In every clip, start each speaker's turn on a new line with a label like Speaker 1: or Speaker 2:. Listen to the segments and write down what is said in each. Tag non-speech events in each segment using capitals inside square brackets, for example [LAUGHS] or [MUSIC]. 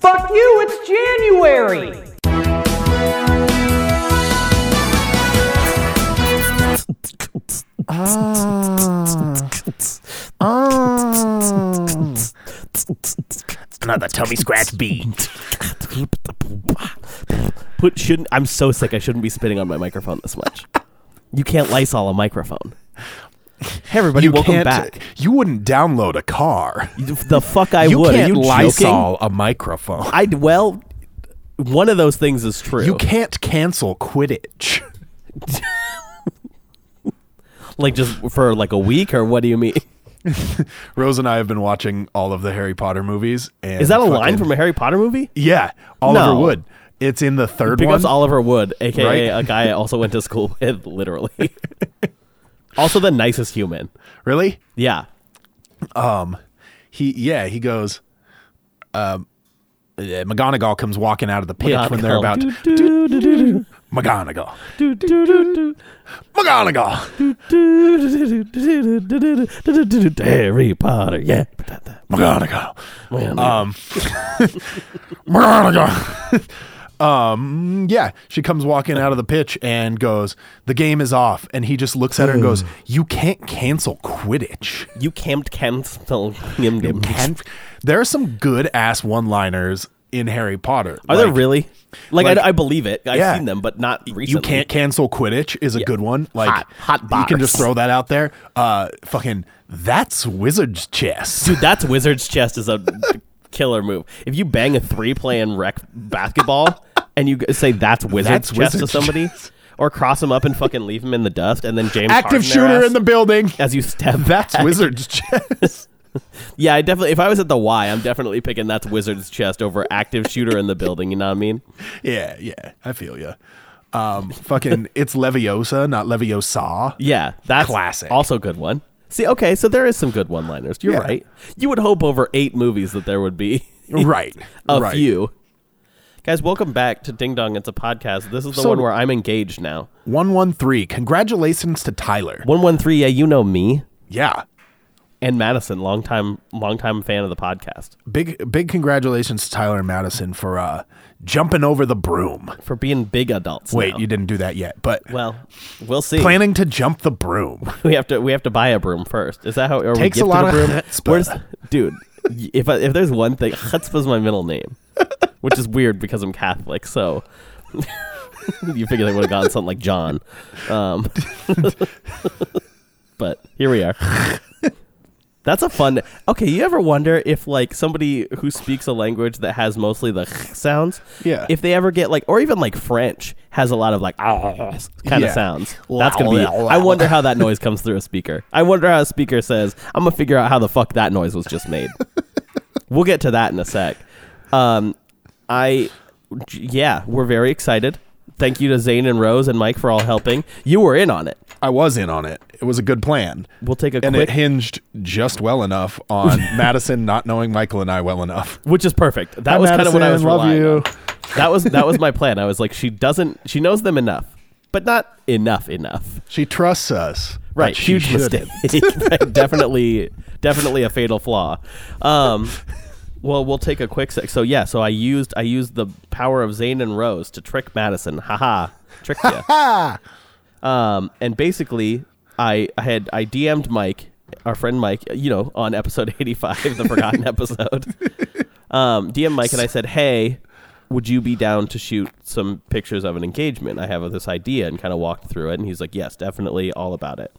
Speaker 1: Fuck you, it's January! Oh.
Speaker 2: Another tummy [LAUGHS] scratch beat. Put shouldn't I'm so sick I shouldn't be spitting on my microphone this much. You can't Lysol a microphone. Hey everybody, welcome
Speaker 3: can't-
Speaker 2: back.
Speaker 3: [LAUGHS] You wouldn't download a car.
Speaker 2: The fuck I
Speaker 3: you
Speaker 2: would.
Speaker 3: can't
Speaker 2: Are you joking?
Speaker 3: Lysol
Speaker 2: [LAUGHS]
Speaker 3: a microphone.
Speaker 2: I well, one of those things is true.
Speaker 3: you can't cancel Quidditch. [LAUGHS]
Speaker 2: like just for like a week or what do you
Speaker 3: [LAUGHS]
Speaker 2: mean?
Speaker 3: Rose and I have been watching all of the Harry Potter movies. And
Speaker 2: Is that a line
Speaker 3: fucking-
Speaker 2: from a Harry Potter movie?
Speaker 3: Yeah, Oliver
Speaker 2: No.
Speaker 3: Wood. It's in the third
Speaker 2: Big
Speaker 3: one.
Speaker 2: ups Oliver Wood, aka
Speaker 3: Right?
Speaker 2: a guy I also went to school [LAUGHS] with, literally.
Speaker 3: [LAUGHS]
Speaker 2: also the nicest human.
Speaker 3: really?
Speaker 2: Yeah.
Speaker 3: He yeah. He goes. Um, uh, McGonagall comes walking out of the pitch when they're
Speaker 2: McGonagall.
Speaker 3: about McGonagall. McGonagall.
Speaker 2: Harry Potter, yeah.
Speaker 3: McGonagall. Um, McGonagall. [LAUGHS] um, yeah, she comes walking out of the pitch and goes, "The game is off." And he just looks at her and goes, "You can't cancel Quidditch."
Speaker 2: You camped cancel yum yum.
Speaker 3: Can- there are some good ass one-liners in Harry Potter.
Speaker 2: Are
Speaker 3: Like,
Speaker 2: there really? Like,
Speaker 3: like-
Speaker 2: I, I believe it. I've
Speaker 3: Yeah.
Speaker 2: seen them, but not recently.
Speaker 3: You can't cancel Quidditch is a good one. Like
Speaker 2: Hot- hot
Speaker 3: You can
Speaker 2: bars.
Speaker 3: just throw that out there. Uh, fucking that's wizard's chess.
Speaker 2: Dude, [LAUGHS] that's Wizard's Chest is a killer move. If you bang a three playing rec basketball and you g- say that's Wizard's
Speaker 3: That's
Speaker 2: Chest to
Speaker 3: Wizard's
Speaker 2: somebody, or cross him up and fucking leave him in the dust, and then James
Speaker 3: [LAUGHS]
Speaker 2: Harden their
Speaker 3: Active shooter
Speaker 2: ass
Speaker 3: in
Speaker 2: [LAUGHS]
Speaker 3: the building.
Speaker 2: as you step
Speaker 3: That's
Speaker 2: back.
Speaker 3: wizard's chess.
Speaker 2: Yeah, I definitely. If I was at the Y, I'm definitely picking that's Wizard's Chest over active shooter in the building. You know what I mean?
Speaker 3: [LAUGHS] Yeah, yeah, I feel you. Um, fucking, it's Leviosa, not Leviosa.
Speaker 2: Yeah, that's
Speaker 3: Classic.
Speaker 2: Also, a good one. See, okay, so there is some good one-liners. You're
Speaker 3: Yeah.
Speaker 2: right. You would hope over eight movies that there would be
Speaker 3: [LAUGHS] Right,
Speaker 2: a
Speaker 3: right.
Speaker 2: few. Guys, welcome back to Ding Dong. It's a podcast. This is the
Speaker 3: So-
Speaker 2: one where I'm engaged now.
Speaker 3: One one three. Congratulations to Tyler.
Speaker 2: One one three. Yeah, you know me
Speaker 3: Yeah,
Speaker 2: and Madison, longtime longtime fan of the podcast
Speaker 3: big big congratulations to Tyler and Madison for uh jumping over the broom.
Speaker 2: for being big adults.
Speaker 3: Wait,
Speaker 2: now.
Speaker 3: you didn't do that yet, but
Speaker 2: well, we'll see.
Speaker 3: planning to jump the broom.
Speaker 2: [LAUGHS] We have to we have to buy a broom first. Is that how? Or
Speaker 3: Takes
Speaker 2: we gifted
Speaker 3: a lot of
Speaker 2: broom?
Speaker 3: [LAUGHS] chutzpah.
Speaker 2: Where's, dude? y- If I, if there's one thing, chutzpah's my middle name, which is weird because I'm Catholic. So [LAUGHS] you figure they would have gotten something like John, um, [LAUGHS] but here we are. That's a fun. Okay, you ever wonder if like somebody who speaks a language that has mostly the sounds,
Speaker 3: Yeah.
Speaker 2: if they ever get like, or even like French has a lot of like ah, kind of
Speaker 3: Yeah.
Speaker 2: sounds. That's gonna be. I wonder how
Speaker 3: [LAUGHS]
Speaker 2: that noise comes through a speaker. I wonder how a speaker says, "I'm gonna figure out how the fuck that noise was just
Speaker 3: [LAUGHS]
Speaker 2: made." we'll get to that in a sec. Um, I, yeah, we're very excited. Thank you to Zane and Rose and Mike for all helping. You were in on it.
Speaker 3: I was in on it. It was a good plan.
Speaker 2: We'll take a
Speaker 3: and
Speaker 2: quick,
Speaker 3: it hinged just well enough [LAUGHS] on Madison not knowing Michael and I well enough.
Speaker 2: which is perfect. That
Speaker 3: Hi,
Speaker 2: was kind of what I
Speaker 3: Madison,
Speaker 2: was
Speaker 3: love
Speaker 2: relying
Speaker 3: you.
Speaker 2: on. That was that was my plan. I was like, she doesn't, she knows them enough, but not enough enough.
Speaker 3: She trusts us. but
Speaker 2: Right,
Speaker 3: she
Speaker 2: huge
Speaker 3: shouldn't.
Speaker 2: mistake. [LAUGHS] Right, definitely, definitely a fatal flaw. Um, well, we'll take a quick sec. So yeah, so I used I used the power of Zane and Rose to trick Madison. Haha, tricked you.
Speaker 3: Ah!
Speaker 2: um, and basically, I I had I DM'd Mike, our friend Mike, you know, on episode [LAUGHS] eighty five, the
Speaker 3: [LAUGHS]
Speaker 2: forgotten episode. Um, DM Mike and I said, hey. Would you be down to shoot some pictures of an engagement? I have this idea and kind of walked through it. And he's like, Yes, definitely all about it.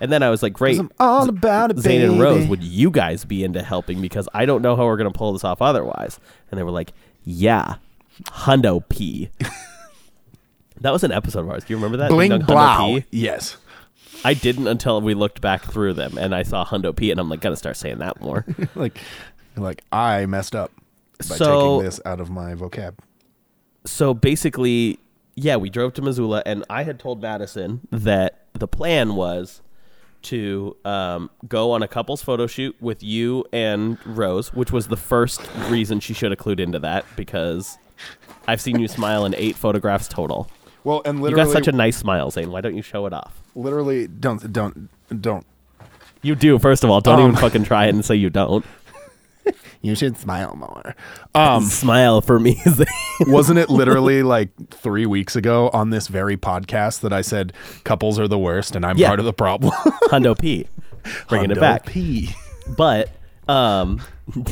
Speaker 2: And then I was like, Great.
Speaker 3: all about it,
Speaker 2: Zane and Rose,
Speaker 3: baby.
Speaker 2: would you guys be into helping? Because I don't know how we're going to pull this off otherwise. And they were like, yeah, Hundo P. that was an episode of ours. Do you remember that? Ding
Speaker 3: Bling
Speaker 2: Dong Hundo
Speaker 3: blow.
Speaker 2: P?
Speaker 3: Yes.
Speaker 2: I didn't until we looked back through them and I saw Hundo P and I'm like, got to start saying that
Speaker 3: [LAUGHS]
Speaker 2: more.
Speaker 3: like, like I messed up by
Speaker 2: So-
Speaker 3: taking this out of my vocab.
Speaker 2: so basically, yeah, we drove to Missoula, and I had told Madison that the plan was to um, go on a couples photo shoot with you and Rose, which was the first reason she should have clued into that because I've seen you smile in eight photographs total.
Speaker 3: Well, and
Speaker 2: You
Speaker 3: literally,
Speaker 2: got such a nice smile, Zane. Why don't you show it off?
Speaker 3: literally, don't, don't, don't.
Speaker 2: You do, first of all. Don't
Speaker 3: Um. [LAUGHS]
Speaker 2: even fucking try it and say you don't.
Speaker 3: you should smile more.
Speaker 2: [LAUGHS]
Speaker 3: Um,
Speaker 2: Smile for me. Zane.
Speaker 3: wasn't it literally like three weeks ago on this very podcast that I said couples are the worst and I'm
Speaker 2: Yeah.
Speaker 3: part of the problem?
Speaker 2: Hundo P. [LAUGHS] Bringing
Speaker 3: Hundo
Speaker 2: it back. [LAUGHS]
Speaker 3: P.
Speaker 2: But um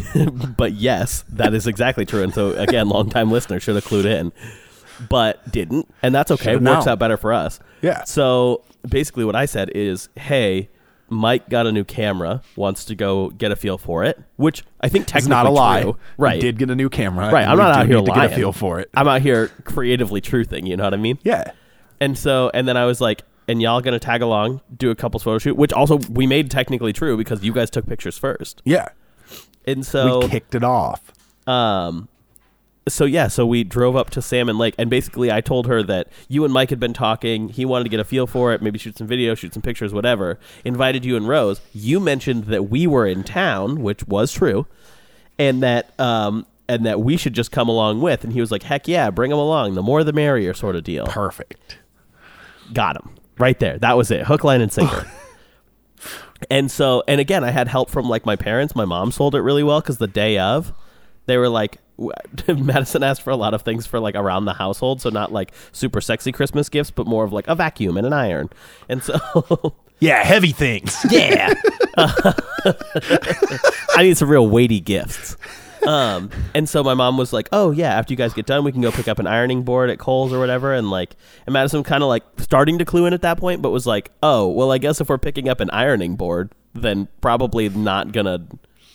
Speaker 2: [LAUGHS] but yes, that is exactly true. And so again, long time listener should have clued in. But didn't, and that's okay.
Speaker 3: Should've
Speaker 2: Works
Speaker 3: known.
Speaker 2: out better for us.
Speaker 3: Yeah.
Speaker 2: So basically what I said is, hey, Mike got a new camera, wants to go get a feel for it, which I think technically
Speaker 3: It's not a lie.
Speaker 2: true.
Speaker 3: We
Speaker 2: Right.
Speaker 3: did get a new camera.
Speaker 2: right.
Speaker 3: and
Speaker 2: I'm
Speaker 3: we
Speaker 2: not
Speaker 3: do
Speaker 2: out here
Speaker 3: need
Speaker 2: lying.
Speaker 3: to get a feel for it.
Speaker 2: I'm out here creatively truthing, you know what I mean?
Speaker 3: yeah.
Speaker 2: And so, and then I was like, and y'all gonna tag along, do a couple's photo shoot, which also we made technically true because you guys took pictures first.
Speaker 3: Yeah.
Speaker 2: And
Speaker 3: We
Speaker 2: so,
Speaker 3: kicked it off.
Speaker 2: um, so yeah, so we drove up to Salmon Lake, and basically I told her that you and Mike had been talking. He wanted to get a feel for it, maybe shoot some video, shoot some pictures, whatever. Invited you and Rose. You mentioned that we were in town, which was true, and that um, and that we should just come along with. And he was like, "Heck yeah, bring them along. The more the merrier," sort of deal.
Speaker 3: Perfect.
Speaker 2: got him right there. That was it. Hook, line, and sinker. and so, and again, I had help from like my parents. My mom sold it really well because the day of, they were like, w- [LAUGHS] Madison asked for a lot of things for like around the household, so not like super sexy Christmas gifts, but more of like a vacuum and an iron. And so, [LAUGHS]
Speaker 3: Yeah, heavy things.
Speaker 2: yeah, [LAUGHS] I need some real weighty gifts. Um, and so my mom was like, "Oh yeah, after you guys get done, we can go pick up an ironing board at Kohl's or whatever." And like, and Madison kind of like starting to clue in at that point, but was like, "Oh well, I guess if we're picking up an ironing board, then probably not gonna,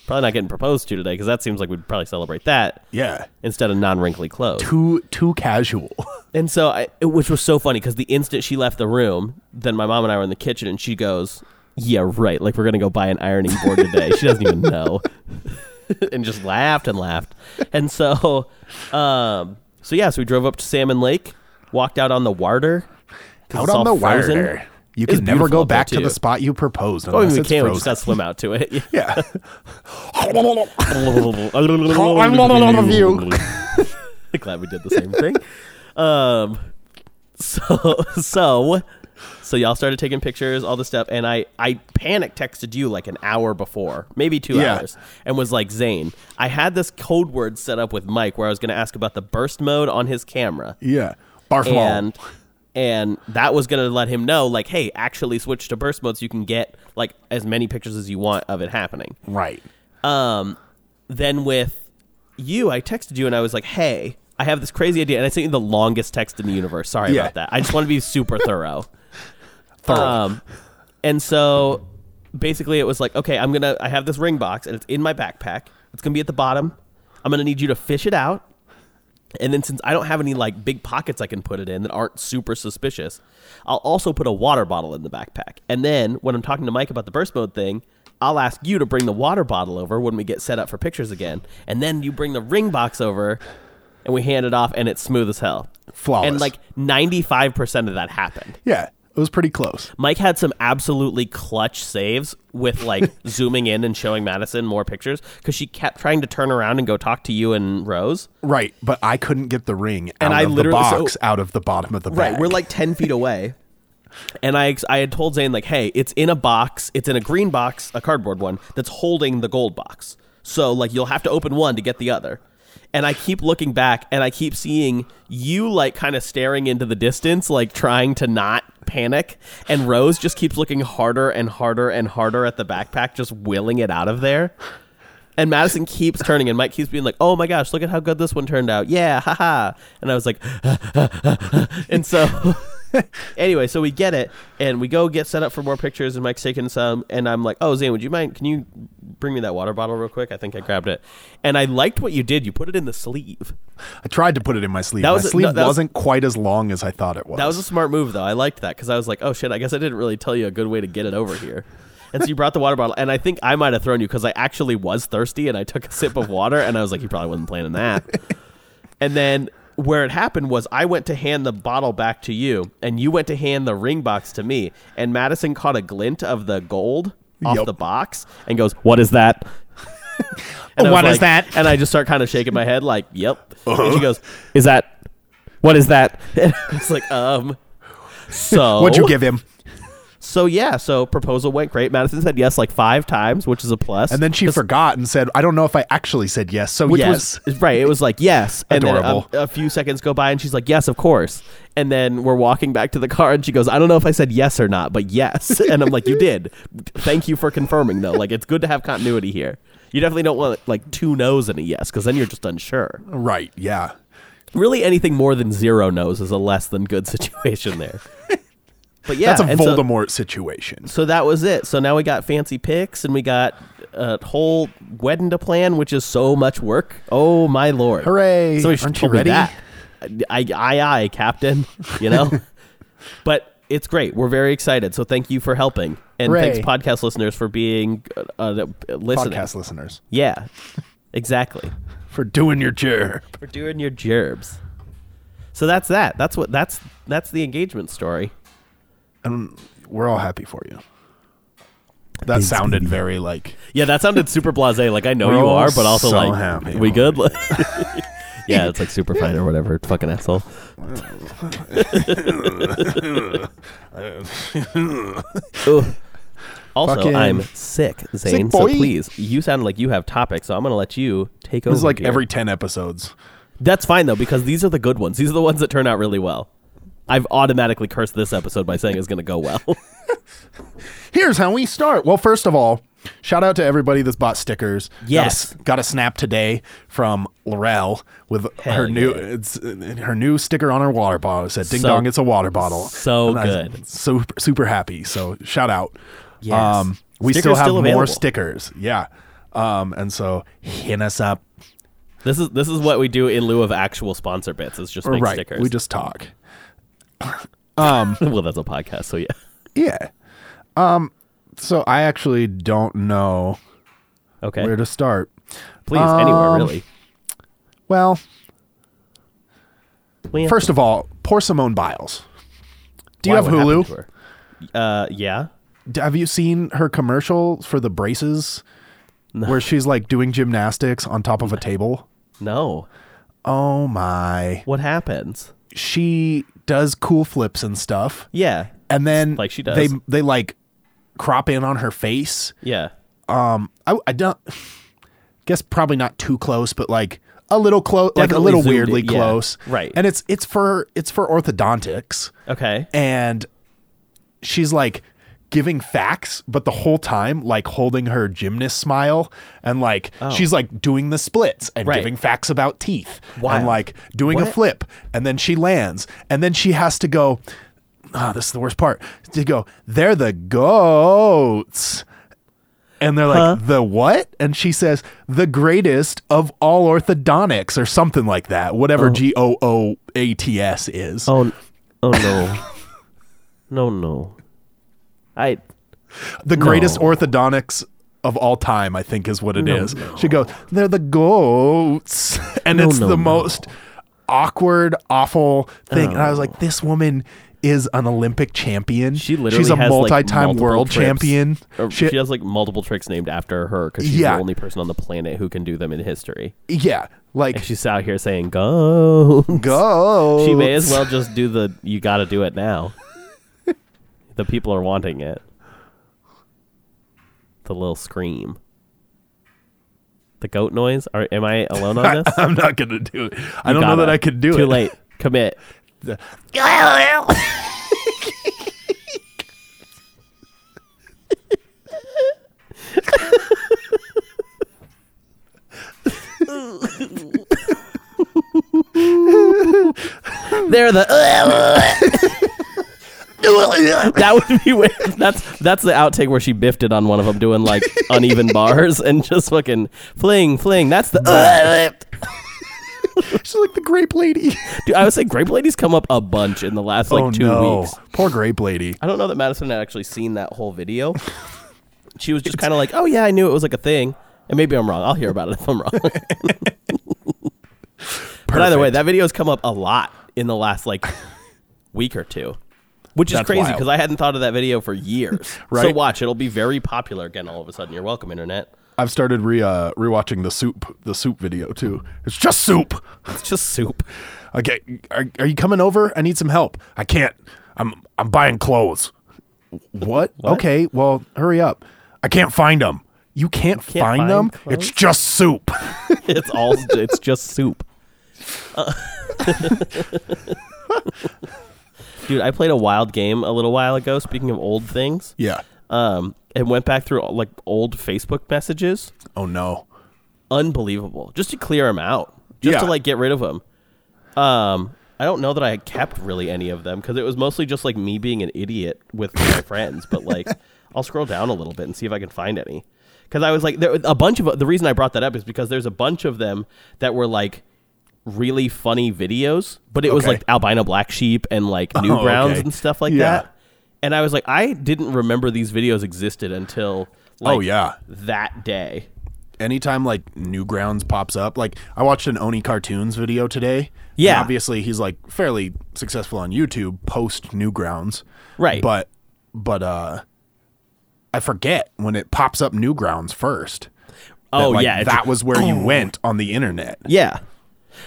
Speaker 2: probably not getting proposed to today because that seems like we'd probably celebrate that
Speaker 3: [LAUGHS] yeah.
Speaker 2: instead of non-wrinkly clothes."
Speaker 3: Too too casual.
Speaker 2: And so, I, it- which was so funny because the instant she left the room, then my mom and I were in the kitchen, and she goes, "Yeah, right. Like we're gonna go buy an ironing board today." she doesn't even know, [LAUGHS] and just laughed and laughed. And so, um, so yeah, so we drove up to Salmon Lake, walked out on the water, 'cause
Speaker 3: Out
Speaker 2: it's all
Speaker 3: on the
Speaker 2: frozen.
Speaker 3: wire. You
Speaker 2: It's
Speaker 3: can never
Speaker 2: beautiful
Speaker 3: go
Speaker 2: up there,
Speaker 3: back to
Speaker 2: too.
Speaker 3: the spot you proposed
Speaker 2: Oh, I
Speaker 3: unless
Speaker 2: mean, we
Speaker 3: it's
Speaker 2: can't. We just
Speaker 3: frozen.
Speaker 2: gotta swim out to it. [LAUGHS]
Speaker 1: [LAUGHS]
Speaker 3: Yeah.
Speaker 2: I'm Glad we did the same thing. Um, so [LAUGHS] so so y'all started taking pictures, all this stuff, and I I panic texted you like an hour before, maybe two
Speaker 3: Yeah.
Speaker 2: hours, and was like Zane, I had this code word set up with Mike where I was going to ask about the burst mode on his camera,
Speaker 3: yeah. Barf
Speaker 2: and and that was going to let him know like, hey, actually switch to burst mode so you can get like as many pictures as you want of it happening
Speaker 3: Right.
Speaker 2: um, then with you, I texted you and I was like, "Hey, I have this crazy idea," and I sent you the longest text in the universe. Sorry
Speaker 3: Yeah.
Speaker 2: about that. I just want to be super thorough.
Speaker 3: Thorough.
Speaker 2: Um, and so basically, it was like, "Okay, I'm gonna. I have this ring box and it's in my backpack. It's gonna be at the bottom. I'm gonna need you to fish it out." And then since I don't have any like big pockets I can put it in that aren't super suspicious, I'll also put a water bottle in the backpack. And then when I'm talking to Mike about the burst mode thing, I'll ask you to bring the water bottle over when we get set up for pictures again. And then you bring the ring box over and we hand it off and it's smooth as hell.
Speaker 3: Flawless.
Speaker 2: And like 95% of that happened.
Speaker 3: yeah. It was pretty close.
Speaker 2: Mike had some absolutely clutch saves with like zooming in and showing Madison more pictures because she kept trying to turn around and go talk to you and Rose.
Speaker 3: Right, but I couldn't get the ring
Speaker 2: And
Speaker 3: out
Speaker 2: I
Speaker 3: of the
Speaker 2: literally- so-
Speaker 3: box out of the bottom of the
Speaker 2: Right,
Speaker 3: bag.
Speaker 2: we're like ten feet away. [LAUGHS] And I, ex- I had told Zane like, hey, it's in a box. It's in a green box, a cardboard one that's holding the gold box. So like, you'll have to open one to get the other. And I keep looking back, and I keep seeing you like kind of staring into the distance, like trying to not panic. And Rose just keeps looking harder and harder and harder at the backpack, just willing it out of there. And Madison keeps turning, and Mike keeps being like, "Oh my gosh, look at how good this one turned out! Yeah, haha!" And I was like, [LAUGHS] and so, anyway, so we get it, and we go get set up for more pictures, and Mike's taking some, and I'm like, "Oh, Zane, would you mind? Can you bring me that water bottle real quick? I think I grabbed it." And I liked what you did. You put it in the sleeve.
Speaker 3: I tried to put it in my sleeve.
Speaker 2: That was-
Speaker 3: my sleeve
Speaker 2: no, that was-
Speaker 3: wasn't quite as long as I thought it was.
Speaker 2: That was a smart move, though. I liked that because I was like, "Oh shit, I guess I didn't really tell you a good way to get it over here." And so you brought the water bottle, and I think I might have thrown you because I actually was thirsty, and I took a sip of water, and I was like, "You probably wasn't planning that." And then where it happened was I went to hand the bottle back to you, and you went to hand the ring box to me, and Madison caught a glint of the gold off
Speaker 3: Yup.
Speaker 2: the box and goes, "What is that?" And I was
Speaker 1: What is
Speaker 2: like-
Speaker 1: that?
Speaker 2: And I just start kind of shaking my head, like, "Yep." And
Speaker 3: Uh-huh.
Speaker 2: she goes, "Is that? What is that?" And I was like, "Um." So
Speaker 3: What'd you give him?
Speaker 2: So yeah, so proposal went great. Madison said yes like five times, which is a plus.
Speaker 3: And then she forgot and said, I don't know if I actually said yes. So
Speaker 2: which
Speaker 3: yes.
Speaker 2: was right. It was like yes, and then a,
Speaker 3: Adorable.
Speaker 2: a few seconds go by, and she's like, "Yes, of course." And then we're walking back to the car, and she goes, "I don't know if I said yes or not, but yes." [LAUGHS] And I'm like, "You did. Thank you for confirming, though. Like, it's good to have continuity here. You definitely don't want like two no's and a yes, because then you're just unsure.
Speaker 3: right. Yeah.
Speaker 2: Really, anything more than zero no's is a less than good [LAUGHS] situation there. But yeah,
Speaker 3: That's a
Speaker 2: and so-
Speaker 3: Voldemort situation.
Speaker 2: so that was it. So now we got fancy picks and we got a whole wedding to plan, which is so much work. Oh my lord!
Speaker 3: Hooray.
Speaker 2: Somebody should
Speaker 3: Aren't you
Speaker 2: told me
Speaker 3: ready?
Speaker 2: that. I, I, I, Captain. You
Speaker 3: [LAUGHS]
Speaker 2: know, but it's great. We're very excited. So thank you for helping, and
Speaker 3: Hooray.
Speaker 2: thanks podcast listeners for being uh, uh, listening.
Speaker 3: Podcast listeners
Speaker 2: Yeah, exactly.
Speaker 3: for doing your job.
Speaker 2: We're doing your gerbs. So that's that. That's what. That's that's the engagement story.
Speaker 3: We're all happy for you. That sounded very like
Speaker 2: Yeah, that sounded super blasé. Like I know
Speaker 3: We're
Speaker 2: you
Speaker 3: all
Speaker 2: are, but also
Speaker 3: so
Speaker 2: like
Speaker 3: happy.
Speaker 2: we good. Like, [LAUGHS] yeah, it's like super fine or whatever. Fucking
Speaker 3: [LAUGHS]
Speaker 2: asshole. Ooh. Also,
Speaker 3: Fucking-
Speaker 2: I'm sick, Zane. so
Speaker 3: boy.
Speaker 2: please, you sound like you have topics, so I'm gonna let you take over.
Speaker 3: This is like
Speaker 2: here.
Speaker 3: every 10 episodes.
Speaker 2: That's fine though, because these are the good ones. These are the ones that turn out really well. I've automatically cursed this episode by saying it's gonna go
Speaker 3: [LAUGHS]
Speaker 2: well.
Speaker 3: Here's how we start. Well, first of all, shout out to everybody that's bought stickers.
Speaker 2: Yes.
Speaker 3: Got a, got a snap today from Laurel with
Speaker 2: Hell
Speaker 3: her new
Speaker 2: yeah.
Speaker 3: it's uh, her new sticker on her water bottle. It said ding
Speaker 2: So-
Speaker 3: dong, it's a water bottle.
Speaker 2: so
Speaker 3: And I was
Speaker 2: good.
Speaker 3: Super super happy. So shout out. Um,
Speaker 2: Yes.
Speaker 3: we
Speaker 2: Stickers
Speaker 3: still have
Speaker 2: still
Speaker 3: more
Speaker 2: available.
Speaker 3: stickers. Yeah. Um, and so hit us up.
Speaker 2: this is this is what we do in lieu of actual sponsor bits. Is just make
Speaker 3: right.
Speaker 2: stickers.
Speaker 3: We just talk.
Speaker 2: [LAUGHS] well, that's a podcast, so yeah.
Speaker 3: Yeah. Um so I actually don't know
Speaker 2: Okay.
Speaker 3: where to start.
Speaker 2: Please, anywhere
Speaker 3: Um,
Speaker 2: really.
Speaker 3: Well,
Speaker 2: We have-
Speaker 3: First of all, poor Simone Biles. Do you
Speaker 2: Why,
Speaker 3: have
Speaker 2: what happened
Speaker 3: Hulu?
Speaker 2: to her? Uh, yeah.
Speaker 3: D- Have you seen her commercial for the braces where she's like doing gymnastics on top of a table?
Speaker 2: No.
Speaker 3: Oh my.
Speaker 2: What happens?
Speaker 3: She does cool flips and stuff.
Speaker 2: Yeah.
Speaker 3: And then
Speaker 2: Like she does.
Speaker 3: they they like crop in on her face.
Speaker 2: Yeah.
Speaker 3: Um I I don't [SIGHS] guess probably not too close, but like a little close like a
Speaker 2: Definitely
Speaker 3: little
Speaker 2: zoomed in,
Speaker 3: weirdly
Speaker 2: yeah.
Speaker 3: close.
Speaker 2: Right.
Speaker 3: And it's it's for it's for orthodontics.
Speaker 2: Okay.
Speaker 3: and she's like giving facts but the whole time like holding her gymnast smile and like she's like doing the splits and
Speaker 2: Oh. Right.
Speaker 3: giving facts about teeth
Speaker 2: Wild.
Speaker 3: and like doing a
Speaker 2: What?
Speaker 3: flip and then she lands and then she has to go ah this is the worst part to go they're the goats and they're like the what and she says the greatest of all orthodontics or something like that whatever g o o a t s is
Speaker 2: Oh. Oh no. [LAUGHS] no no. I.
Speaker 3: The greatest
Speaker 2: No.
Speaker 3: orthodontics of all time, I think, is what it is. She goes, they're the goats. [LAUGHS] And
Speaker 2: No,
Speaker 3: it's
Speaker 2: no,
Speaker 3: the
Speaker 2: no.
Speaker 3: most awkward, awful thing. And I was like, this woman is an Olympic champion.
Speaker 2: Oh. She literally
Speaker 3: She's a
Speaker 2: has, like,
Speaker 3: multi-time
Speaker 2: multiple
Speaker 3: world
Speaker 2: trips.
Speaker 3: champion.
Speaker 2: Or
Speaker 3: She-
Speaker 2: she has like multiple tricks named after her because she's
Speaker 3: Yeah.
Speaker 2: the only person on the planet who can do them in history. [LAUGHS]
Speaker 3: yeah. Like
Speaker 2: And she's out here saying go. [LAUGHS]
Speaker 3: goats.
Speaker 2: She may as well just do the. You got to do it now. [LAUGHS] the people are wanting it. The little scream. The goat noise. Are, am I alone
Speaker 3: [LAUGHS]
Speaker 2: on this?
Speaker 3: [LAUGHS] I'm not gonna do it. I don't know that I could do
Speaker 2: Too
Speaker 3: it. [LAUGHS]
Speaker 2: late. Commit. They're the. [LAUGHS] that would be weird. That's that's the outtake where she biffed it on one of them, doing
Speaker 3: [LAUGHS]
Speaker 2: like uneven bars and just fucking fling, fling. That's the. uh,
Speaker 3: She's like the grape lady.
Speaker 2: Dude, I would say grape ladies come up a bunch in the last like
Speaker 3: oh
Speaker 2: two
Speaker 3: no,
Speaker 2: weeks.
Speaker 3: poor grape lady.
Speaker 2: I don't know that Madison had actually seen that whole
Speaker 3: [LAUGHS]
Speaker 2: video. She was just kind of like, "Oh yeah, I knew it was like a thing." And maybe I'm wrong. I'll hear about it if
Speaker 3: [LAUGHS]
Speaker 2: I'm wrong. but either way, that video's come up a lot in the last like week or two, which is
Speaker 3: That's
Speaker 2: crazy
Speaker 3: wild.
Speaker 2: because I hadn't thought of that video for years. So
Speaker 3: [LAUGHS] Right.
Speaker 2: watch, it'll be very popular again all of a sudden. You're welcome, internet.
Speaker 3: I've started re uh, rewatching the soup the soup video too. It's just soup.
Speaker 2: It's just soup. [LAUGHS]
Speaker 3: Okay, are, are you coming over? I need some help. I can't. I'm I'm buying clothes. what? Okay, well, hurry up. I can't find them. You can't,
Speaker 2: can't
Speaker 3: find,
Speaker 2: find
Speaker 3: them?
Speaker 2: clothes?
Speaker 3: It's just soup. [LAUGHS]
Speaker 2: It's all. it's just soup. Uh, [LAUGHS] Dude, I played a wild game a little while ago. Speaking of old things,
Speaker 3: yeah.
Speaker 2: um, and went back through like old Facebook messages.
Speaker 3: Oh no.
Speaker 2: Unbelievable, just to clear them out, just to
Speaker 3: Yeah.
Speaker 2: like get rid of them. Um, I don't know that I kept really any of them because it was mostly just like me being an idiot with my [LAUGHS] friends. But like, I'll scroll down a little bit and see if I can find any. Because I was like, there a bunch of the reason I brought that up is because there's a bunch of them that were like really funny videos, but it was
Speaker 3: Okay. Oh,
Speaker 2: like albino black sheep and like newgrounds
Speaker 3: okay.
Speaker 2: and stuff like
Speaker 3: Yeah.
Speaker 2: that. And I was like, I didn't remember these videos existed until like
Speaker 3: Oh, yeah.
Speaker 2: that day.
Speaker 3: Anytime like Newgrounds pops up, like I watched an Oni Cartoons video today. and
Speaker 2: Yeah.
Speaker 3: obviously he's like fairly successful on YouTube post Newgrounds.
Speaker 2: Right.
Speaker 3: But but uh I forget when it pops up Newgrounds first. that,
Speaker 2: Oh
Speaker 3: like,
Speaker 2: yeah, it's-
Speaker 3: that was
Speaker 2: [CLEARS THROAT]
Speaker 3: where you went on the internet.
Speaker 2: Yeah.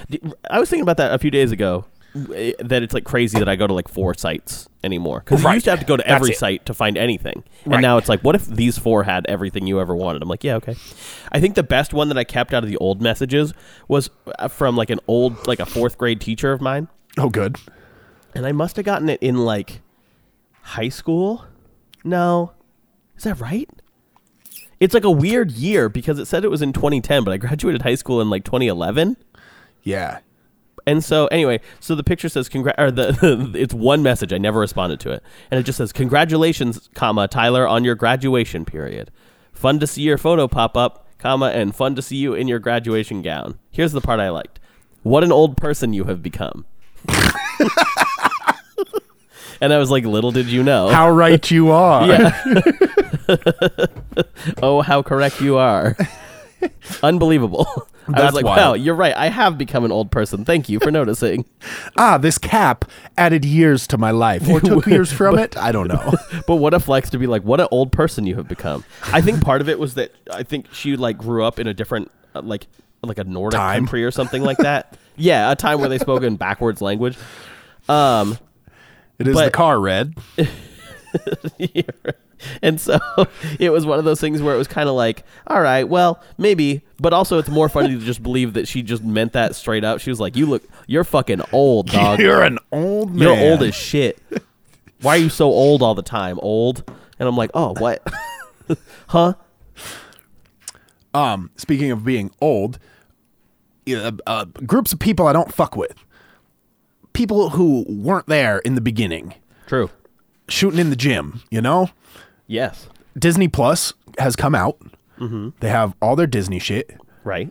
Speaker 2: D- I was thinking about that a few days ago w- that it's like crazy that I go to like four sites anymore because you
Speaker 3: Right.
Speaker 2: used to have to go to
Speaker 3: That's
Speaker 2: every
Speaker 3: it.
Speaker 2: site to find anything.
Speaker 3: Right.
Speaker 2: And now it's like, what if these four had everything you ever wanted? I'm like, yeah, okay. I think the best one that I kept out of the old messages was uh, from like an old, like a fourth grade teacher of mine.
Speaker 3: Oh, good.
Speaker 2: And I must have gotten it in like high school. No. Is that right? It's like a weird year because it said it was in 2010, but I graduated high school in like 2011.
Speaker 3: Yeah.
Speaker 2: And so, anyway, so the picture says, "Congrat," or the [LAUGHS] it's one message. I never responded to it, and it just says, "Congratulations, comma Tyler, on your graduation period. Fun to see your photo pop up, comma, and fun to see you in your graduation gown." Here's the part I liked: "What an old person you have become." [LAUGHS] and I was like, "Little did you know."
Speaker 3: How right you are.
Speaker 2: [LAUGHS] yeah. [LAUGHS] oh, how correct you
Speaker 3: [LAUGHS]
Speaker 2: are. Unbelievable. [LAUGHS] I was
Speaker 3: That's
Speaker 2: like,
Speaker 3: wild.
Speaker 2: wow, you're right. I have become an old person. Thank you for noticing.
Speaker 3: [LAUGHS] Ah, this cap added years to my
Speaker 2: [LAUGHS]
Speaker 3: life or took years from it. I don't know.
Speaker 2: but what a flex to be like, what an old person you have become. I think part of it was that I think she like grew up in a different uh, like like a Nordic
Speaker 3: Time.
Speaker 2: country or something like
Speaker 3: [LAUGHS]
Speaker 2: that. yeah, a time where they spoke in backwards language. Um, [LAUGHS]
Speaker 3: It is the
Speaker 2: But- [LAUGHS]
Speaker 3: car red.
Speaker 2: and so [LAUGHS] it was one of those things where it was kind of like, all right, well, maybe, but also it's more funny to just believe that she just meant that straight up. She was like, "You look, you're fucking
Speaker 3: [LAUGHS]
Speaker 2: old, dog.
Speaker 3: You're an old man.
Speaker 2: You're old as shit. Why are you so old all the time, old?" And I'm like, "Oh,
Speaker 3: [LAUGHS]
Speaker 2: what? huh?
Speaker 3: Um, speaking of being old, uh, uh, groups of people I don't fuck with, people who weren't there in the beginning,
Speaker 2: True.
Speaker 3: shooting in the gym. You know,
Speaker 2: Yes.
Speaker 3: Disney Plus has come out.
Speaker 2: Mm-hmm.
Speaker 3: They have all their Disney shit,
Speaker 2: Right.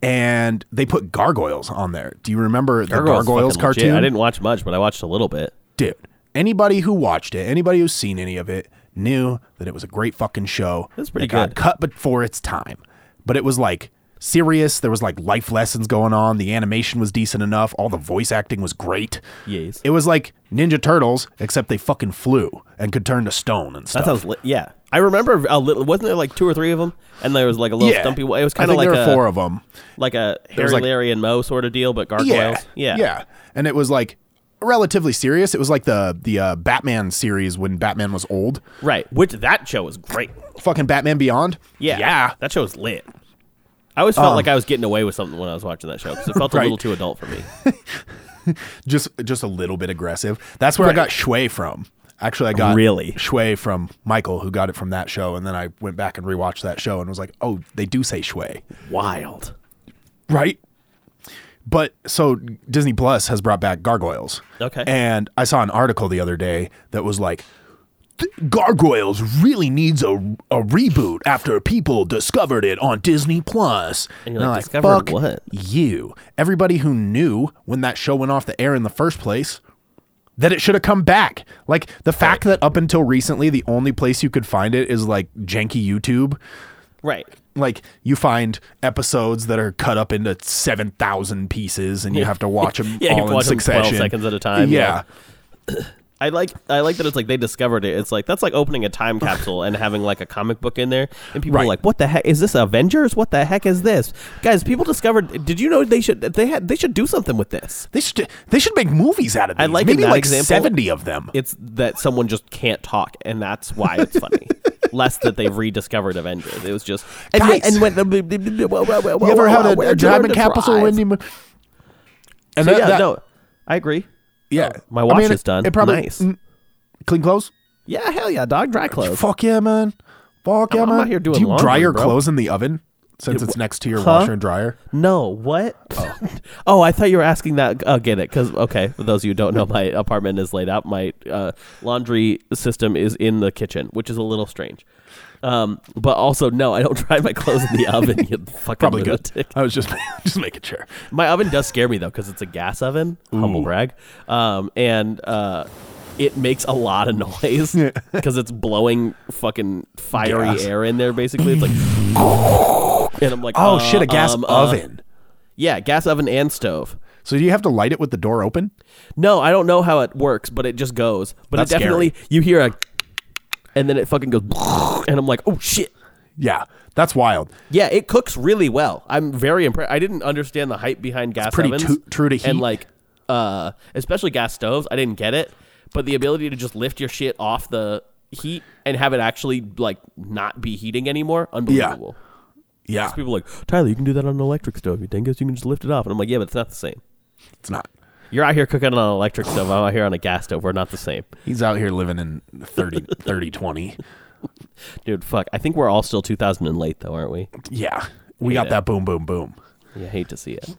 Speaker 3: and they put gargoyles on there. Do you remember the gargoyles
Speaker 2: fucking legit.
Speaker 3: cartoon?
Speaker 2: I didn't watch much, but I watched a little bit.
Speaker 3: dude, anybody who watched it, anybody who's seen any of it, knew that it was a great fucking show.
Speaker 2: That's pretty
Speaker 3: that got
Speaker 2: good.
Speaker 3: cut before its time, but it was like serious. There was like life lessons going on. The animation was decent enough. All the voice acting was great.
Speaker 2: Yes.
Speaker 3: It was like Ninja Turtles, except they fucking flew and could turn to stone and
Speaker 2: That
Speaker 3: stuff.
Speaker 2: sounds lit. Yeah, I remember a little. Wasn't there like two or three of them? And there was like a little stumpy. It was
Speaker 3: I
Speaker 2: kind of
Speaker 3: think
Speaker 2: like
Speaker 3: there
Speaker 2: a
Speaker 3: were four of them.
Speaker 2: like a Harry,
Speaker 3: was like-
Speaker 2: Larry, and Mo sort of deal, but
Speaker 3: Yeah,
Speaker 2: gargoyles. Yeah,
Speaker 3: yeah. And it was like relatively serious. It was like the the uh, Batman series when Batman was old.
Speaker 2: right. Which that show was great.
Speaker 3: Fucking Batman Beyond.
Speaker 2: Yeah,
Speaker 3: yeah. Um.
Speaker 2: that show was lit. I always felt like I was getting away with something when I was watching that show because it felt a
Speaker 3: [LAUGHS] Right.
Speaker 2: little too adult for me.
Speaker 3: just just a little bit aggressive. That's where I got Shui from. Actually, I got
Speaker 2: Really?
Speaker 3: Shui from Michael, who got it from that show, and then I went back and rewatched that show and was like, oh, they do say Shui,
Speaker 2: Wild.
Speaker 3: right? But so Disney Plus has brought back Gargoyles.
Speaker 2: Okay.
Speaker 3: And I saw an article the other day that was like. "Th- Gargoyles really needs a, a reboot after people discovered it on Disney Plus.
Speaker 2: And you're like,
Speaker 3: I'm
Speaker 2: "Discovered
Speaker 3: "Fuck
Speaker 2: what?"
Speaker 3: You, everybody who knew when that show went off the air in the first place, that it should have come back. Like the fact that up until recently, the only place you could find it is like janky YouTube.
Speaker 2: Right.
Speaker 3: Like you find episodes that are cut up into seven
Speaker 2: [LAUGHS]
Speaker 3: thousand pieces, and you have to watch them
Speaker 2: Yeah, you
Speaker 3: all
Speaker 2: have to
Speaker 3: in
Speaker 2: watch 'em 12
Speaker 3: succession,
Speaker 2: seconds at a time,
Speaker 3: Yeah,
Speaker 2: I like I like that it's like they discovered it. It's like that's like opening a time capsule and having like a comic book in there, and people are
Speaker 3: Right.
Speaker 2: like, "What the heck is this? Avengers? What the heck is this?" Guys, people discovered. Did you know they should they had they should do something with this?
Speaker 3: They should they should make movies out of these.
Speaker 2: I like in
Speaker 3: maybe
Speaker 2: that
Speaker 3: like
Speaker 2: example-
Speaker 3: seventy of them.
Speaker 2: It's that someone just can't talk, and that's why it's
Speaker 3: [LAUGHS]
Speaker 2: funny. Less that they've rediscovered Avengers. It was just and,
Speaker 3: Guys.
Speaker 2: and when you
Speaker 3: you ever
Speaker 2: ever
Speaker 3: had a, a diamond capsule, Wendy? And that-
Speaker 2: yeah,
Speaker 3: that-
Speaker 2: no, I agree.
Speaker 3: yeah.
Speaker 2: My
Speaker 3: I
Speaker 2: watch
Speaker 3: mean,
Speaker 2: is done.
Speaker 3: It probably,
Speaker 2: Nice.
Speaker 3: mm, clean clothes.
Speaker 2: Yeah, hell yeah, dog dry clothes.
Speaker 3: Fuck yeah, man. Fuck yeah,
Speaker 2: I'm
Speaker 3: man.
Speaker 2: out here doing
Speaker 3: Do you dry
Speaker 2: laundry,
Speaker 3: your
Speaker 2: bro.
Speaker 3: clothes in the oven since it's next to your
Speaker 2: Huh?
Speaker 3: washer
Speaker 2: [LAUGHS]
Speaker 3: and dryer?
Speaker 2: No, what? Oh. I thought you were asking that. Oh, get it? Because okay, for those of you who don't know, my apartment is laid out. My uh, laundry system is in the kitchen, which is a little strange. Um, but also, no, I don't [LAUGHS] dry my clothes in the oven.
Speaker 3: [LAUGHS]
Speaker 2: You fucking
Speaker 3: Probably good.
Speaker 2: lunatic.
Speaker 3: I was just [LAUGHS] just making sure.
Speaker 2: My oven does scare me though, because it's a gas oven. Humble brag. Um, and uh, it makes a lot of
Speaker 3: [LAUGHS]
Speaker 2: noise because it's blowing fucking fiery
Speaker 3: Gas.
Speaker 2: air in there. Basically, it's like,
Speaker 3: [LAUGHS]
Speaker 2: and I'm like,
Speaker 3: Oh
Speaker 2: uh,
Speaker 3: shit, a gas
Speaker 2: um, uh,
Speaker 3: oven.
Speaker 2: yeah, gas oven and stove.
Speaker 3: So do you have to light it with the door open?
Speaker 2: No, I don't know how it works, but it just goes. But
Speaker 3: That's
Speaker 2: it definitely you hear a and then it fucking goes and I'm like, "Oh shit."
Speaker 3: Yeah, that's wild.
Speaker 2: Yeah, it cooks really well. I'm very impressed. I didn't understand the hype behind gas
Speaker 3: pretty
Speaker 2: ovens.
Speaker 3: tu- true to
Speaker 2: And
Speaker 3: heat.
Speaker 2: like uh especially gas stoves, I didn't get it, but the ability to just lift your shit off the heat and have it actually like not be heating anymore, unbelievable.
Speaker 3: Yeah,
Speaker 2: People are like, "Tyler, you can do that on an electric stove. You dingus, you can just lift it off." And I'm like, "Yeah, but it's not the same."
Speaker 3: it's not.
Speaker 2: You're out here cooking on an electric stove. I'm out here on a gas stove. We're not the same.
Speaker 3: He's out here living in [LAUGHS] 30, 30 20.
Speaker 2: Dude, fuck. I think we're all still 2000 and late, though, aren't we?
Speaker 3: Yeah, we
Speaker 2: Yeah.
Speaker 3: got that boom, boom, boom.
Speaker 2: I hate to see it.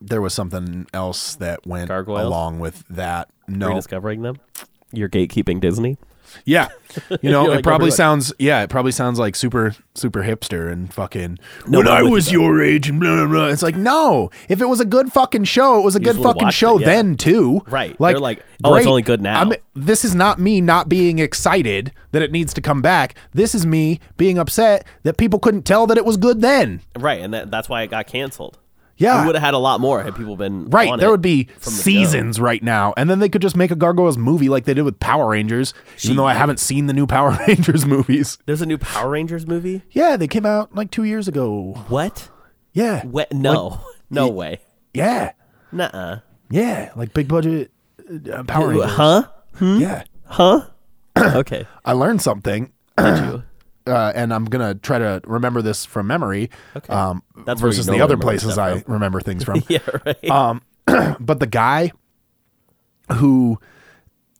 Speaker 3: There was something else that went
Speaker 2: Gargoyles?
Speaker 3: along with that. No,
Speaker 2: Rediscovering them. You're gatekeeping Disney. [LAUGHS]
Speaker 3: yeah, you know,
Speaker 2: You're
Speaker 3: it
Speaker 2: like,
Speaker 3: probably
Speaker 2: everybody-
Speaker 3: sounds. Yeah, it probably sounds like super, super hipster and fucking.
Speaker 2: No,
Speaker 3: when
Speaker 2: I'm
Speaker 3: I
Speaker 2: with
Speaker 3: was your age and blah blah blah. It's like no. If it was a good fucking show, it was a
Speaker 2: just
Speaker 3: good
Speaker 2: would've
Speaker 3: fucking
Speaker 2: watched
Speaker 3: show
Speaker 2: it, yeah.
Speaker 3: then too.
Speaker 2: Right. They're like, oh, it's only good now.
Speaker 3: I'm- this is not me not being excited that it needs to come back. This is me being upset that people couldn't tell that it was good then.
Speaker 2: Right, and that, that's why it got canceled.
Speaker 3: Yeah.
Speaker 2: We would have had a lot more had people been.
Speaker 3: Right,
Speaker 2: on
Speaker 3: there
Speaker 2: it
Speaker 3: would be
Speaker 2: from the go.
Speaker 3: seasons right now, and then they could just make a Gargoyles movie like they did with Power Rangers. even though I haven't seen the new Power [LAUGHS] Rangers movies,
Speaker 2: There's a new Power Rangers movie?
Speaker 3: yeah, they came out like two years ago.
Speaker 2: What?
Speaker 3: Yeah,
Speaker 2: what? No. no way.
Speaker 3: yeah,
Speaker 2: Nuh uh.
Speaker 3: yeah, like big budget uh, Power Rangers.
Speaker 2: Huh?
Speaker 3: Yeah,
Speaker 2: [COUGHS] Huh? okay.
Speaker 3: I learned something,
Speaker 2: Did you?
Speaker 3: [CLEARS THROAT] uh, and I'm gonna try to remember this from memory. Okay, um,
Speaker 2: That's where you
Speaker 3: versus the
Speaker 2: normally
Speaker 3: other
Speaker 2: remember
Speaker 3: places
Speaker 2: stuff
Speaker 3: I
Speaker 2: [LAUGHS]
Speaker 3: remember things from.
Speaker 2: Yeah, right.
Speaker 3: Uh, Um, [CLEARS THROAT] but the guy who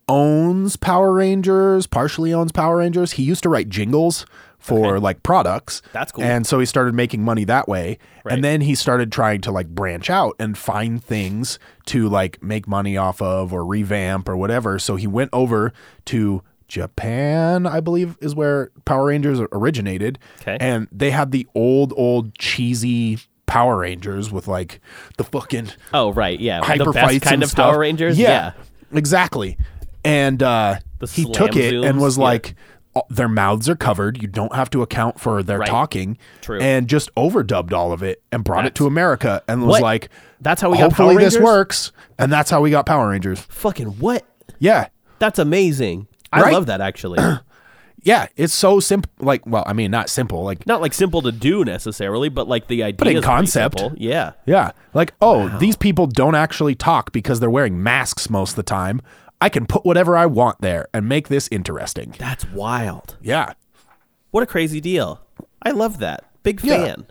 Speaker 3: owns Power Rangers, partially owns Power Rangers, he used to write jingles for like products.
Speaker 2: That's cool.
Speaker 3: And so he started making money that way.
Speaker 2: Right.
Speaker 3: And then he started trying to like branch out and find things to like make money off of or revamp or whatever. So he went over to Japan, I believe, is where Power Rangers originated.
Speaker 2: Okay.
Speaker 3: And they had the old, old cheesy Power Rangers with like the fucking
Speaker 2: oh, right. Yeah.
Speaker 3: hyper
Speaker 2: the best
Speaker 3: fights
Speaker 2: kind
Speaker 3: and
Speaker 2: of
Speaker 3: stuff.
Speaker 2: Power Rangers?
Speaker 3: Yeah, exactly. And uh,
Speaker 2: The
Speaker 3: he
Speaker 2: slam
Speaker 3: took it and
Speaker 2: zooms,
Speaker 3: was
Speaker 2: yeah.
Speaker 3: like, "Oh, "Their mouths are covered. You don't have to account for their
Speaker 2: Right.
Speaker 3: talking."
Speaker 2: True.
Speaker 3: And just overdubbed all of it and brought it to America and was
Speaker 2: What?
Speaker 3: like,
Speaker 2: That's how we got
Speaker 3: "Hopefully
Speaker 2: Power
Speaker 3: this
Speaker 2: Rangers?
Speaker 3: works." And that's how we got Power Rangers.
Speaker 2: Fucking what?
Speaker 3: Yeah,
Speaker 2: That's amazing. I
Speaker 3: Right?
Speaker 2: love that, actually.
Speaker 3: [COUGHS] yeah. It's so simple. Like, well, I mean, not simple. Like,
Speaker 2: not like simple to do necessarily, but like the idea.
Speaker 3: in
Speaker 2: is pretty
Speaker 3: concept.
Speaker 2: simple. yeah.
Speaker 3: yeah, like, oh, these people don't actually talk because they're wearing masks most of the time. I can put whatever I want there and make this interesting.
Speaker 2: That's wild.
Speaker 3: Yeah.
Speaker 2: What a crazy deal! I love that. Big
Speaker 3: Yeah.
Speaker 2: fan.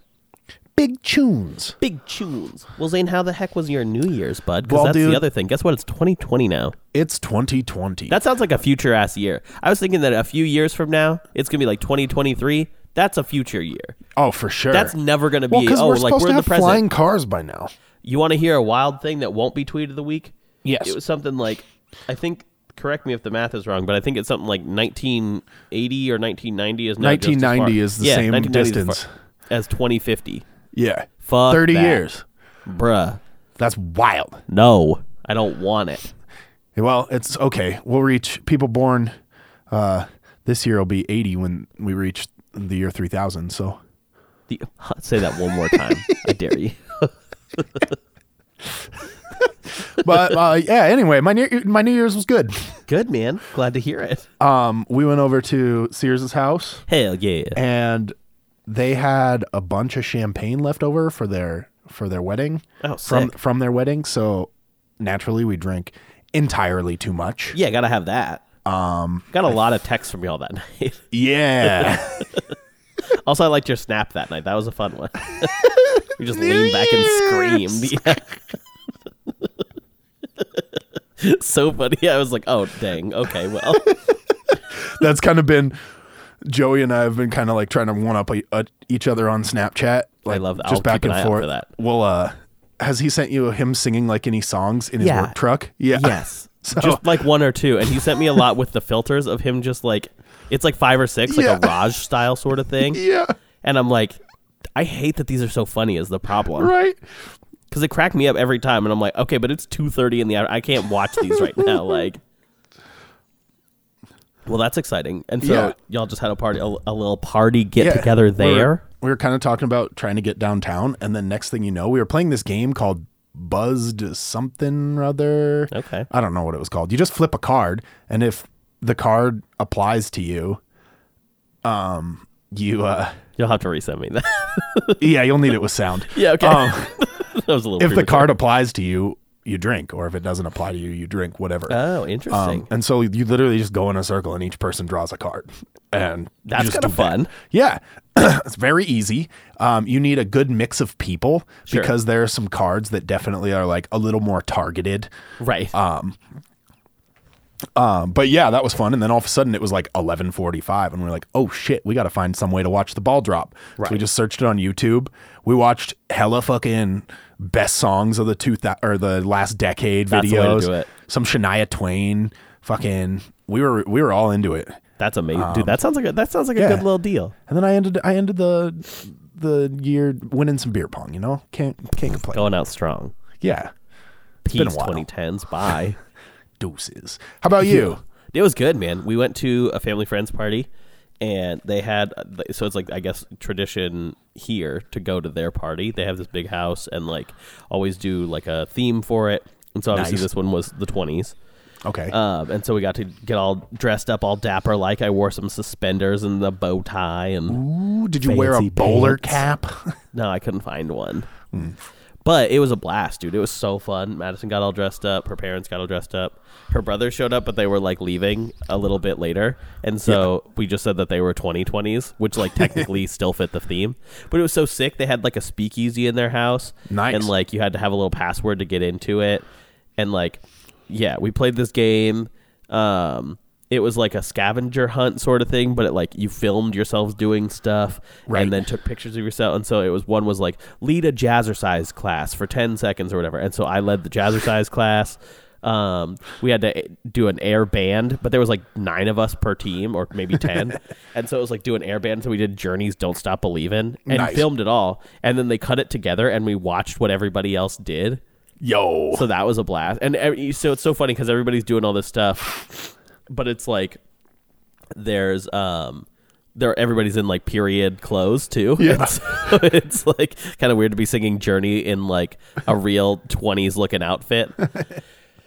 Speaker 3: Big tunes.
Speaker 2: Big tunes. Well, Zane, how the heck was your New Year's, bud? Because
Speaker 3: Well,
Speaker 2: that's
Speaker 3: dude-
Speaker 2: the other thing. Guess what? It's 2020 now.
Speaker 3: It's 2020.
Speaker 2: That sounds like a future ass year. I was thinking that a few years from now, it's gonna be like 2023. That's a future year.
Speaker 3: oh, for sure.
Speaker 2: That's never gonna be.
Speaker 3: well, because
Speaker 2: oh,
Speaker 3: we're
Speaker 2: like
Speaker 3: supposed
Speaker 2: we're
Speaker 3: to
Speaker 2: in the
Speaker 3: have
Speaker 2: present.
Speaker 3: flying cars by now.
Speaker 2: You want to hear a wild thing that won't be tweet of the week?
Speaker 3: Yes.
Speaker 2: It was something like I think. Correct me if the math is wrong, but I think it's something like 1980 or 1990 is now just as far-
Speaker 3: 1990 is the
Speaker 2: Yeah,
Speaker 3: same
Speaker 2: 1990 is
Speaker 3: distance.
Speaker 2: far- as 2050.
Speaker 3: Yeah,
Speaker 2: Fuck
Speaker 3: 30
Speaker 2: that.
Speaker 3: years.
Speaker 2: Bruh,
Speaker 3: That's wild.
Speaker 2: no, I don't want it.
Speaker 3: Well, it's okay. We'll reach people born uh, this year will be 80 when we reach the year
Speaker 2: [LAUGHS]
Speaker 3: 3000. So
Speaker 2: The,
Speaker 3: [LAUGHS]
Speaker 2: say that one more time. I dare you.
Speaker 3: But uh, yeah, anyway, my new my New Year's was good.
Speaker 2: Good man. Glad to hear it.
Speaker 3: Um, we went over to Sears's house
Speaker 2: Hell yeah.
Speaker 3: and they had a bunch of champagne left over for their for their wedding
Speaker 2: Oh,
Speaker 3: from
Speaker 2: sick.
Speaker 3: from their wedding. So naturally, we drank entirely too much.
Speaker 2: Yeah, gotta have that. Um, got a lot of texts from y'all that [LAUGHS] night.
Speaker 3: Yeah.
Speaker 2: also, I liked your snap that night. That was a fun one. [LAUGHS] you just leaned back and screamed. [LAUGHS] Yeah. so funny. I was like, oh dang. Okay,
Speaker 3: [LAUGHS]
Speaker 2: well,
Speaker 3: [LAUGHS] that's kind of been Joey and I have been kind of like trying to one up uh, each other on Snapchat. Like,
Speaker 2: love that.
Speaker 3: Just
Speaker 2: I'll
Speaker 3: back
Speaker 2: keep an
Speaker 3: and
Speaker 2: eye out
Speaker 3: forth.
Speaker 2: for that.
Speaker 3: Well, uh, has he sent you him singing like any songs in his
Speaker 2: Yeah.
Speaker 3: work truck? Yeah.
Speaker 2: yes.
Speaker 3: So-
Speaker 2: [LAUGHS] Just like one or two, and he sent me a lot with the filters of him just like it's like five or six, like
Speaker 3: Yeah.
Speaker 2: a Raj style sort of thing.
Speaker 3: [LAUGHS] [LAUGHS] yeah.
Speaker 2: And I'm like, I hate that these are so funny. Is the problem?
Speaker 3: Right.
Speaker 2: because they crack me up every time, and I'm like, okay, but it's two thirty in the hour. I can't watch these right
Speaker 3: [LAUGHS]
Speaker 2: now. Like, well, that's exciting. And so
Speaker 3: Yeah.
Speaker 2: y'all just had a party, a, a little party get
Speaker 3: Yeah.
Speaker 2: together
Speaker 3: We
Speaker 2: there.
Speaker 3: were, we were kind of talking about trying to get downtown, and then next thing you know, we were playing this game called Buzzed something or other.
Speaker 2: Okay.
Speaker 3: I don't know what it was called. You just flip a card, and if the card applies to you, um, you uh, [LAUGHS]
Speaker 2: You'll have to resend me that. [LAUGHS]
Speaker 3: yeah, you'll need it with sound.
Speaker 2: yeah, okay.
Speaker 3: Um,
Speaker 2: [LAUGHS] that was a little.
Speaker 3: if the
Speaker 2: premature.
Speaker 3: card applies to you, you drink, or if it doesn't apply to you, you drink, whatever.
Speaker 2: Oh, interesting.
Speaker 3: Um, and so you literally just go in a circle, and each person draws a card, and you
Speaker 2: That's
Speaker 3: just
Speaker 2: kind of
Speaker 3: do that.
Speaker 2: fun.
Speaker 3: Yeah, [CLEARS THROAT] it's very easy. Um, you need a good mix of people
Speaker 2: Sure.
Speaker 3: because there are some cards that definitely are like a little more targeted.
Speaker 2: Right.
Speaker 3: Uh, Um, but yeah, that was fun. And then all of a sudden, it was like eleven forty-five, and we are like, "Oh shit, we got to find some way to watch the ball drop." So we
Speaker 2: Right.
Speaker 3: just searched it on YouTube. We watched hella fucking best songs of the two thou- or the last decade
Speaker 2: That's the way to
Speaker 3: videos.
Speaker 2: do it.
Speaker 3: Some Shania Twain. Fucking, we were we were all into it.
Speaker 2: that's amazing, dude. That sounds like a, that sounds like a
Speaker 3: um, yeah.
Speaker 2: good little deal.
Speaker 3: And then I ended I ended the the year winning some beer pong. You know, can't can't complain.
Speaker 2: Going out strong.
Speaker 3: Yeah,
Speaker 2: Peace
Speaker 3: been a while.
Speaker 2: 2010s. Bye.
Speaker 3: [LAUGHS] deuces. How about you?
Speaker 2: It was good, man. We went to a family friends party, and they had so it's like I guess tradition here to go to their party. They have this big house and like always do like a theme for it. And so obviously
Speaker 3: Nice.
Speaker 2: this one was the twenties.
Speaker 3: Okay.
Speaker 2: Um, and so we got to get all dressed up, all dapper like. I wore some suspenders and the bow tie, and
Speaker 3: Ooh, did you wear a
Speaker 2: fancy
Speaker 3: bowler
Speaker 2: pants.
Speaker 3: cap? [LAUGHS]
Speaker 2: no, I couldn't find one.
Speaker 3: Hmm.
Speaker 2: But it was a blast, dude. It was so fun. Madison got all dressed up. Her parents got all dressed up. Her brother showed up, but they were like leaving a little bit later. And so we just said that they were 2020s, which like
Speaker 3: [LAUGHS]
Speaker 2: technically still fit the theme. But it was so sick. They had like a speakeasy in their house.
Speaker 3: Nice.
Speaker 2: And like you had to have a little password to get into it. And like, yeah, we played this game. Um, it was like a scavenger hunt sort of thing, but it like you filmed yourselves doing stuff
Speaker 3: Right.
Speaker 2: and then took pictures of yourself. And so it was one was like lead a jazzercise class for ten seconds or whatever. And so I led the jazzercise [LAUGHS] class. Um, we had to do an air band, but there was like nine of us per team, or maybe ten. and so it was like do an air band. So we did Journeys, Don't Stop Believin', and
Speaker 3: Nice.
Speaker 2: filmed it all. And then they cut it together, and we watched what everybody else did.
Speaker 3: Yo.
Speaker 2: So that was a blast. And every, so it's so funny because everybody's doing all this stuff, but it's like there's um there everybody's in like period clothes too.
Speaker 3: Yeah.
Speaker 2: And so [LAUGHS] it's like kind of weird to be singing Journey in like a real 20s looking outfit. [LAUGHS]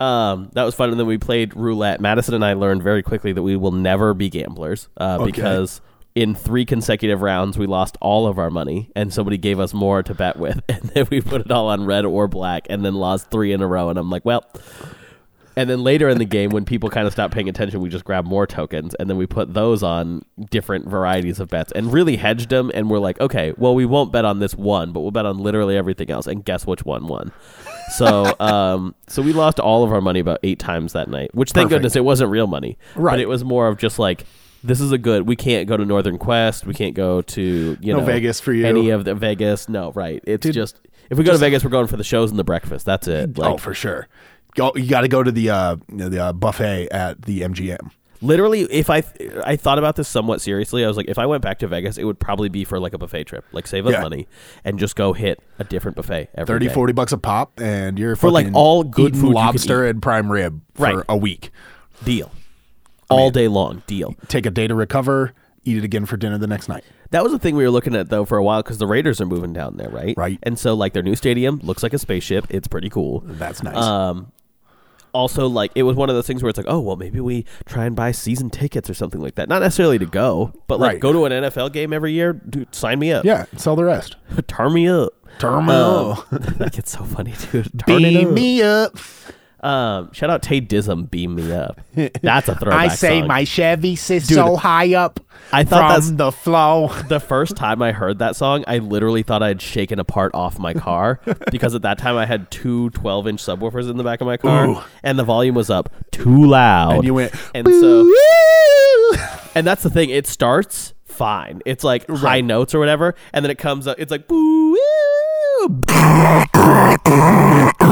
Speaker 2: um, that was fun. And then we played roulette. Madison and I learned very quickly that we will never be gamblers uh, because in three consecutive rounds we lost all of our money and somebody gave us more to bet with. [LAUGHS] And then we put it all on red or black and then lost three in a row. And I'm like, well. And then later in the game, when people kind of stopped paying attention, we just grabbed more tokens and then we put those on different varieties of bets and really hedged them. And we're like, okay, well, we won't bet on this one, but we'll bet on literally everything else. And guess which one won?
Speaker 3: [LAUGHS]
Speaker 2: So, um, so we lost all of our money about eight times that night, which thank
Speaker 3: Perfect.
Speaker 2: goodness it wasn't real money.
Speaker 3: Right.
Speaker 2: But it was more of just like, this is a good, we can't go to Northern Quest. We can't go to, you
Speaker 3: No
Speaker 2: know,
Speaker 3: Vegas for you.
Speaker 2: Any of the Vegas. No, right. It's
Speaker 3: Dude,
Speaker 2: just, if we go to Vegas, we're going for the shows and the breakfast. That's it. Like,
Speaker 3: oh, for sure. Go, you got to go to the uh, you know, the uh, buffet at the MGM.
Speaker 2: Literally, if I I thought about this somewhat seriously, I was like, if I went back to Vegas, it would probably be for like a buffet trip, like save up
Speaker 3: Yeah.
Speaker 2: money and just go hit a different buffet every
Speaker 3: 30,
Speaker 2: day.
Speaker 3: 40 bucks a pop, and you're
Speaker 2: For, like,
Speaker 3: fucking
Speaker 2: all good
Speaker 3: eating
Speaker 2: food you could
Speaker 3: lobster and prime rib for
Speaker 2: Right.
Speaker 3: a week.
Speaker 2: deal, all day long deal.
Speaker 3: Take a day to recover. eat it again for dinner the next night.
Speaker 2: That was the thing we were looking at though for a while because the Raiders are moving down there, right?
Speaker 3: Right.
Speaker 2: And so like their new stadium looks like a spaceship. It's pretty cool.
Speaker 3: That's nice.
Speaker 2: Um, also like it was one of those things where it's like, oh well, maybe we try and buy season tickets or something like that. Not necessarily to go, but like
Speaker 3: Right.
Speaker 2: go to an NFL game every year. Dude, sign me up.
Speaker 3: yeah, sell the rest.
Speaker 2: turn me up. Um,
Speaker 3: Turn me
Speaker 2: [LAUGHS]
Speaker 3: up.
Speaker 2: that gets so funny, [LAUGHS] dude. Turn it
Speaker 3: Beam
Speaker 2: up.
Speaker 3: me up.
Speaker 2: Um, shout out Tay Dism, beam me up. That's [LAUGHS] a throwback. song.
Speaker 3: Chevy sits
Speaker 2: so
Speaker 3: high up
Speaker 2: I thought that's-
Speaker 3: the flow.
Speaker 2: [LAUGHS] The first time I heard that song, I literally thought I'd shaken a part off my [LAUGHS] car because at that time I had two 12 inch subwoofers in the back of my car
Speaker 3: Ooh.
Speaker 2: and the volume was up too loud.
Speaker 3: And you went,
Speaker 2: And so, and that's the thing. It starts fine. It's like high notes or whatever. And then it comes up. It's like, boo. woo." [LAUGHS]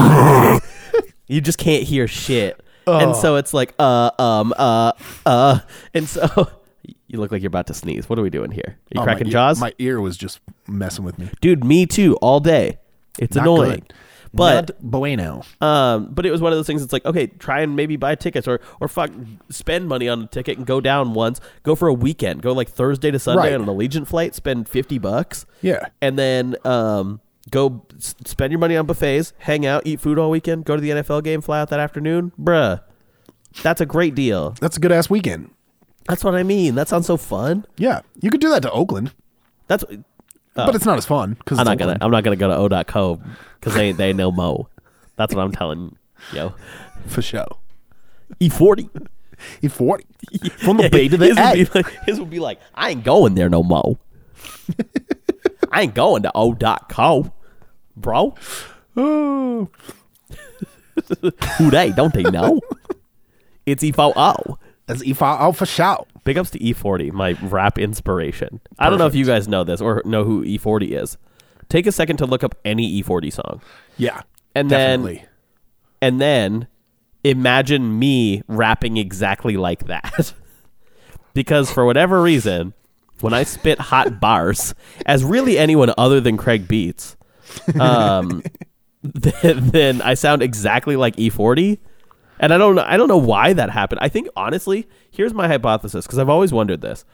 Speaker 2: you just can't hear shit. And so it's like, uh, um, uh, uh. And so [LAUGHS] you look like you're about to sneeze. What are we doing here? Are you
Speaker 3: Oh, my
Speaker 2: cracking
Speaker 3: ear-
Speaker 2: jaws?
Speaker 3: My ear was just messing with me.
Speaker 2: dude me too all day it's
Speaker 3: Not
Speaker 2: annoying
Speaker 3: good.
Speaker 2: but
Speaker 3: Not bueno.
Speaker 2: um but it was one of those things it's like okay try and maybe buy tickets or or fuck spend money on a ticket and go down once go for a weekend go like thursday to sunday
Speaker 3: Right.
Speaker 2: on an allegiant flight spend 50 bucks
Speaker 3: Yeah.
Speaker 2: and then um go s- spend your money on buffets hang out eat food all weekend go to the nfl game fly out that afternoon bruh that's a great deal
Speaker 3: That's a good ass weekend.
Speaker 2: that's what i mean that sounds so fun
Speaker 3: Yeah, you could do that to Oakland,
Speaker 2: that's uh,
Speaker 3: but it's not as fun because
Speaker 2: Oh. I'm not gonna. I'm not gonna go to O.co because they they know Mo. That's what I'm telling you,
Speaker 3: [LAUGHS]
Speaker 2: yo.
Speaker 3: for sure.
Speaker 2: E40
Speaker 3: E
Speaker 2: [LAUGHS]
Speaker 3: forty from the Bay to the
Speaker 2: his
Speaker 3: A.
Speaker 2: Would be like, his would be like, I ain't going there no mo. I ain't going to O.co, bro.
Speaker 3: Oh.
Speaker 2: Who they? Don't they know? it's E40.
Speaker 3: That's E four oh for sure.
Speaker 2: Big ups to E40, my rap inspiration. I don't know if you guys know this or know who E40 is. Take a second to look up any E40 song.
Speaker 3: Yeah,
Speaker 2: And then-
Speaker 3: definitely.
Speaker 2: and then imagine me rapping exactly like that. [LAUGHS] because for whatever reason, when I spit hot bars, as really anyone other than Craig Beats, um, [LAUGHS] then, then I sound exactly like E40. And I don't know, I don't know why that happened. I think honestly, here's my hypothesis because I've always wondered this.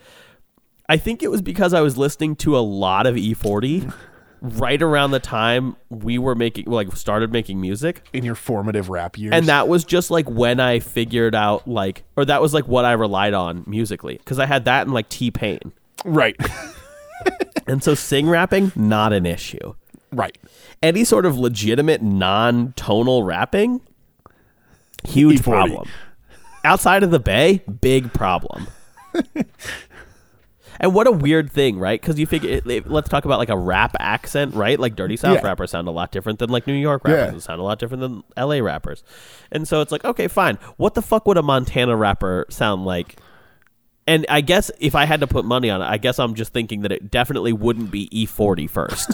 Speaker 2: I think it was because I was listening to a lot of E40 right around the time we were making like started making music
Speaker 3: in your formative rap years,
Speaker 2: and that was just like when I figured out like, or that was like what I relied on musically because I had that and like T Pain,
Speaker 3: right, [LAUGHS]
Speaker 2: and so sing rapping not an issue.
Speaker 3: right.
Speaker 2: Any sort of legitimate non tonal rapping, huge
Speaker 3: E40.
Speaker 2: problem. Outside of the Bay, big
Speaker 3: [LAUGHS]
Speaker 2: problem. and what a weird thing, right? Because you figure, it- it- let's talk about like a rap accent, right? Like Dirty South
Speaker 3: Yeah.
Speaker 2: rappers sound a lot different than like New York rappers.
Speaker 3: Yeah.
Speaker 2: They sound a lot different than LA rappers. And so it's like, okay, fine. What the fuck would a Montana rapper sound like? And I guess if I had to put money on it, I guess I'm just thinking that it definitely wouldn't be E40
Speaker 3: [LAUGHS]
Speaker 2: first.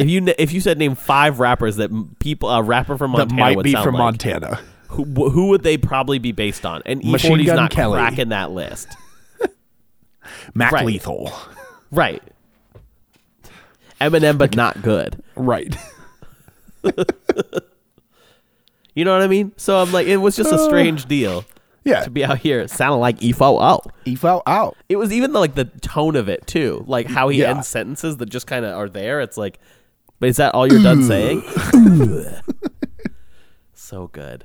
Speaker 2: if you if you said name five rappers that m- people a rapper from
Speaker 3: That
Speaker 2: Montana
Speaker 3: might
Speaker 2: would
Speaker 3: be
Speaker 2: sound
Speaker 3: from
Speaker 2: like,
Speaker 3: Montana.
Speaker 2: who, who would they probably be based on? And
Speaker 3: Machine
Speaker 2: E40's
Speaker 3: Gun
Speaker 2: not
Speaker 3: Kelly.
Speaker 2: cracking that list,
Speaker 3: Mac
Speaker 2: Right.
Speaker 3: Lethal,
Speaker 2: right? Eminem, but not good.
Speaker 3: right?
Speaker 2: You know what I mean? So I'm like, it was just a strange deal
Speaker 3: Uh,
Speaker 2: [LAUGHS]
Speaker 3: Yeah,
Speaker 2: to be out here sounding like oh. E40.
Speaker 3: E four out.
Speaker 2: It was even like the tone of it too, like how he
Speaker 3: Yeah.
Speaker 2: ends sentences that just kind of are there. It's like, but is that all you're done
Speaker 3: [LAUGHS]
Speaker 2: saying? [LAUGHS] so good.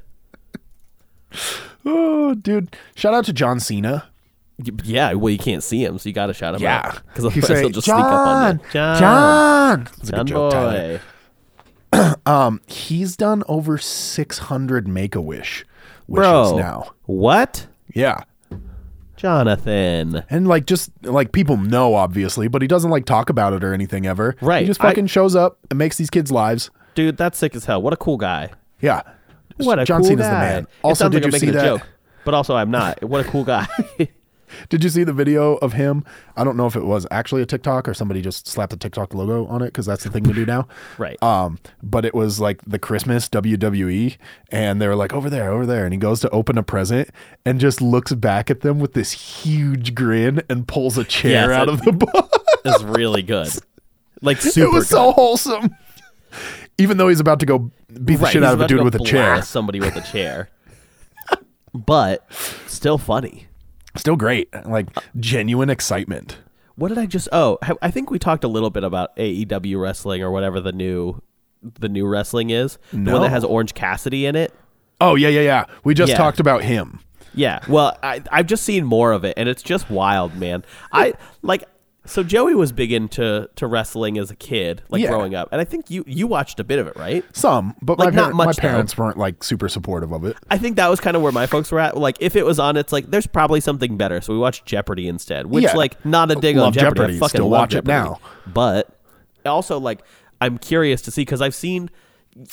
Speaker 3: Oh, dude! Shout out to John Cena.
Speaker 2: Y- Yeah, well, you can't see him, so you got to shout him out. because
Speaker 3: He
Speaker 2: otherwise
Speaker 3: said,
Speaker 2: he'll just sneak up on you.
Speaker 3: John, John. That's a
Speaker 2: John
Speaker 3: good joke, Tyler.
Speaker 2: boy.
Speaker 3: He's done over six hundred Make a Wish wishes
Speaker 2: bro.
Speaker 3: now.
Speaker 2: What,
Speaker 3: Yeah,
Speaker 2: Jonathan?
Speaker 3: and like just like people know obviously, but he doesn't like talk about it or anything ever.
Speaker 2: Right.
Speaker 3: He just
Speaker 2: I-
Speaker 3: fucking shows up and makes these kids' lives.
Speaker 2: Dude, that's sick as hell. What a cool guy.
Speaker 3: Yeah.
Speaker 2: What a
Speaker 3: John
Speaker 2: cool
Speaker 3: Cena's
Speaker 2: guy.
Speaker 3: the man.
Speaker 2: It
Speaker 3: Also,
Speaker 2: sounds
Speaker 3: did
Speaker 2: like I'm
Speaker 3: you see
Speaker 2: making a
Speaker 3: that?
Speaker 2: joke, but also I'm not. What a cool guy. [LAUGHS]
Speaker 3: Did you see the video of him? I don't know if it was actually a TikTok or somebody just slapped a TikTok logo on it because that's the thing to do now.
Speaker 2: [LAUGHS] Right.
Speaker 3: Um, but it was like the Christmas WWE, and they were like over there, over there, and he goes to open a present and just looks back at them with this huge grin and pulls a
Speaker 2: Yes,
Speaker 3: chair out
Speaker 2: I-
Speaker 3: of the box. [LAUGHS]
Speaker 2: It's really good. Like super.
Speaker 3: it was
Speaker 2: good.
Speaker 3: so wholesome. [LAUGHS] Even though he's about to go beat the
Speaker 2: Right,
Speaker 3: shit
Speaker 2: he's
Speaker 3: out of a
Speaker 2: about to
Speaker 3: dude
Speaker 2: go
Speaker 3: with a chair. [LAUGHS]
Speaker 2: blast Somebody with a chair. but still funny.
Speaker 3: Still great. Like genuine excitement.
Speaker 2: What did I just? Oh, I- I think we talked a little bit about AEW wrestling or whatever the new the new wrestling is. The one
Speaker 3: No.
Speaker 2: that has Orange Cassidy in it.
Speaker 3: Oh yeah, yeah, yeah. We just
Speaker 2: Yeah.
Speaker 3: talked about him.
Speaker 2: Yeah. Well, I, I've just seen more of it, and it's just wild, man. I like. So Joey was big into to wrestling as a kid, like
Speaker 3: Yeah.
Speaker 2: growing up, and I think you you watched a bit of it, right?
Speaker 3: Some, but
Speaker 2: Like,
Speaker 3: my,
Speaker 2: not
Speaker 3: parent,
Speaker 2: much,
Speaker 3: my
Speaker 2: though.
Speaker 3: parents weren't like super supportive of it.
Speaker 2: I think that was kind of where my folks were at. Like, if it was on, it's like there's probably something better, so we watched Jeopardy instead. Which,
Speaker 3: Yeah.
Speaker 2: like, not a dig on
Speaker 3: Love
Speaker 2: Jeopardy.
Speaker 3: Jeopardy.
Speaker 2: I fucking
Speaker 3: Still
Speaker 2: love
Speaker 3: watch it
Speaker 2: Jeopardy.
Speaker 3: now.
Speaker 2: But also, like, I'm curious to see because I've seen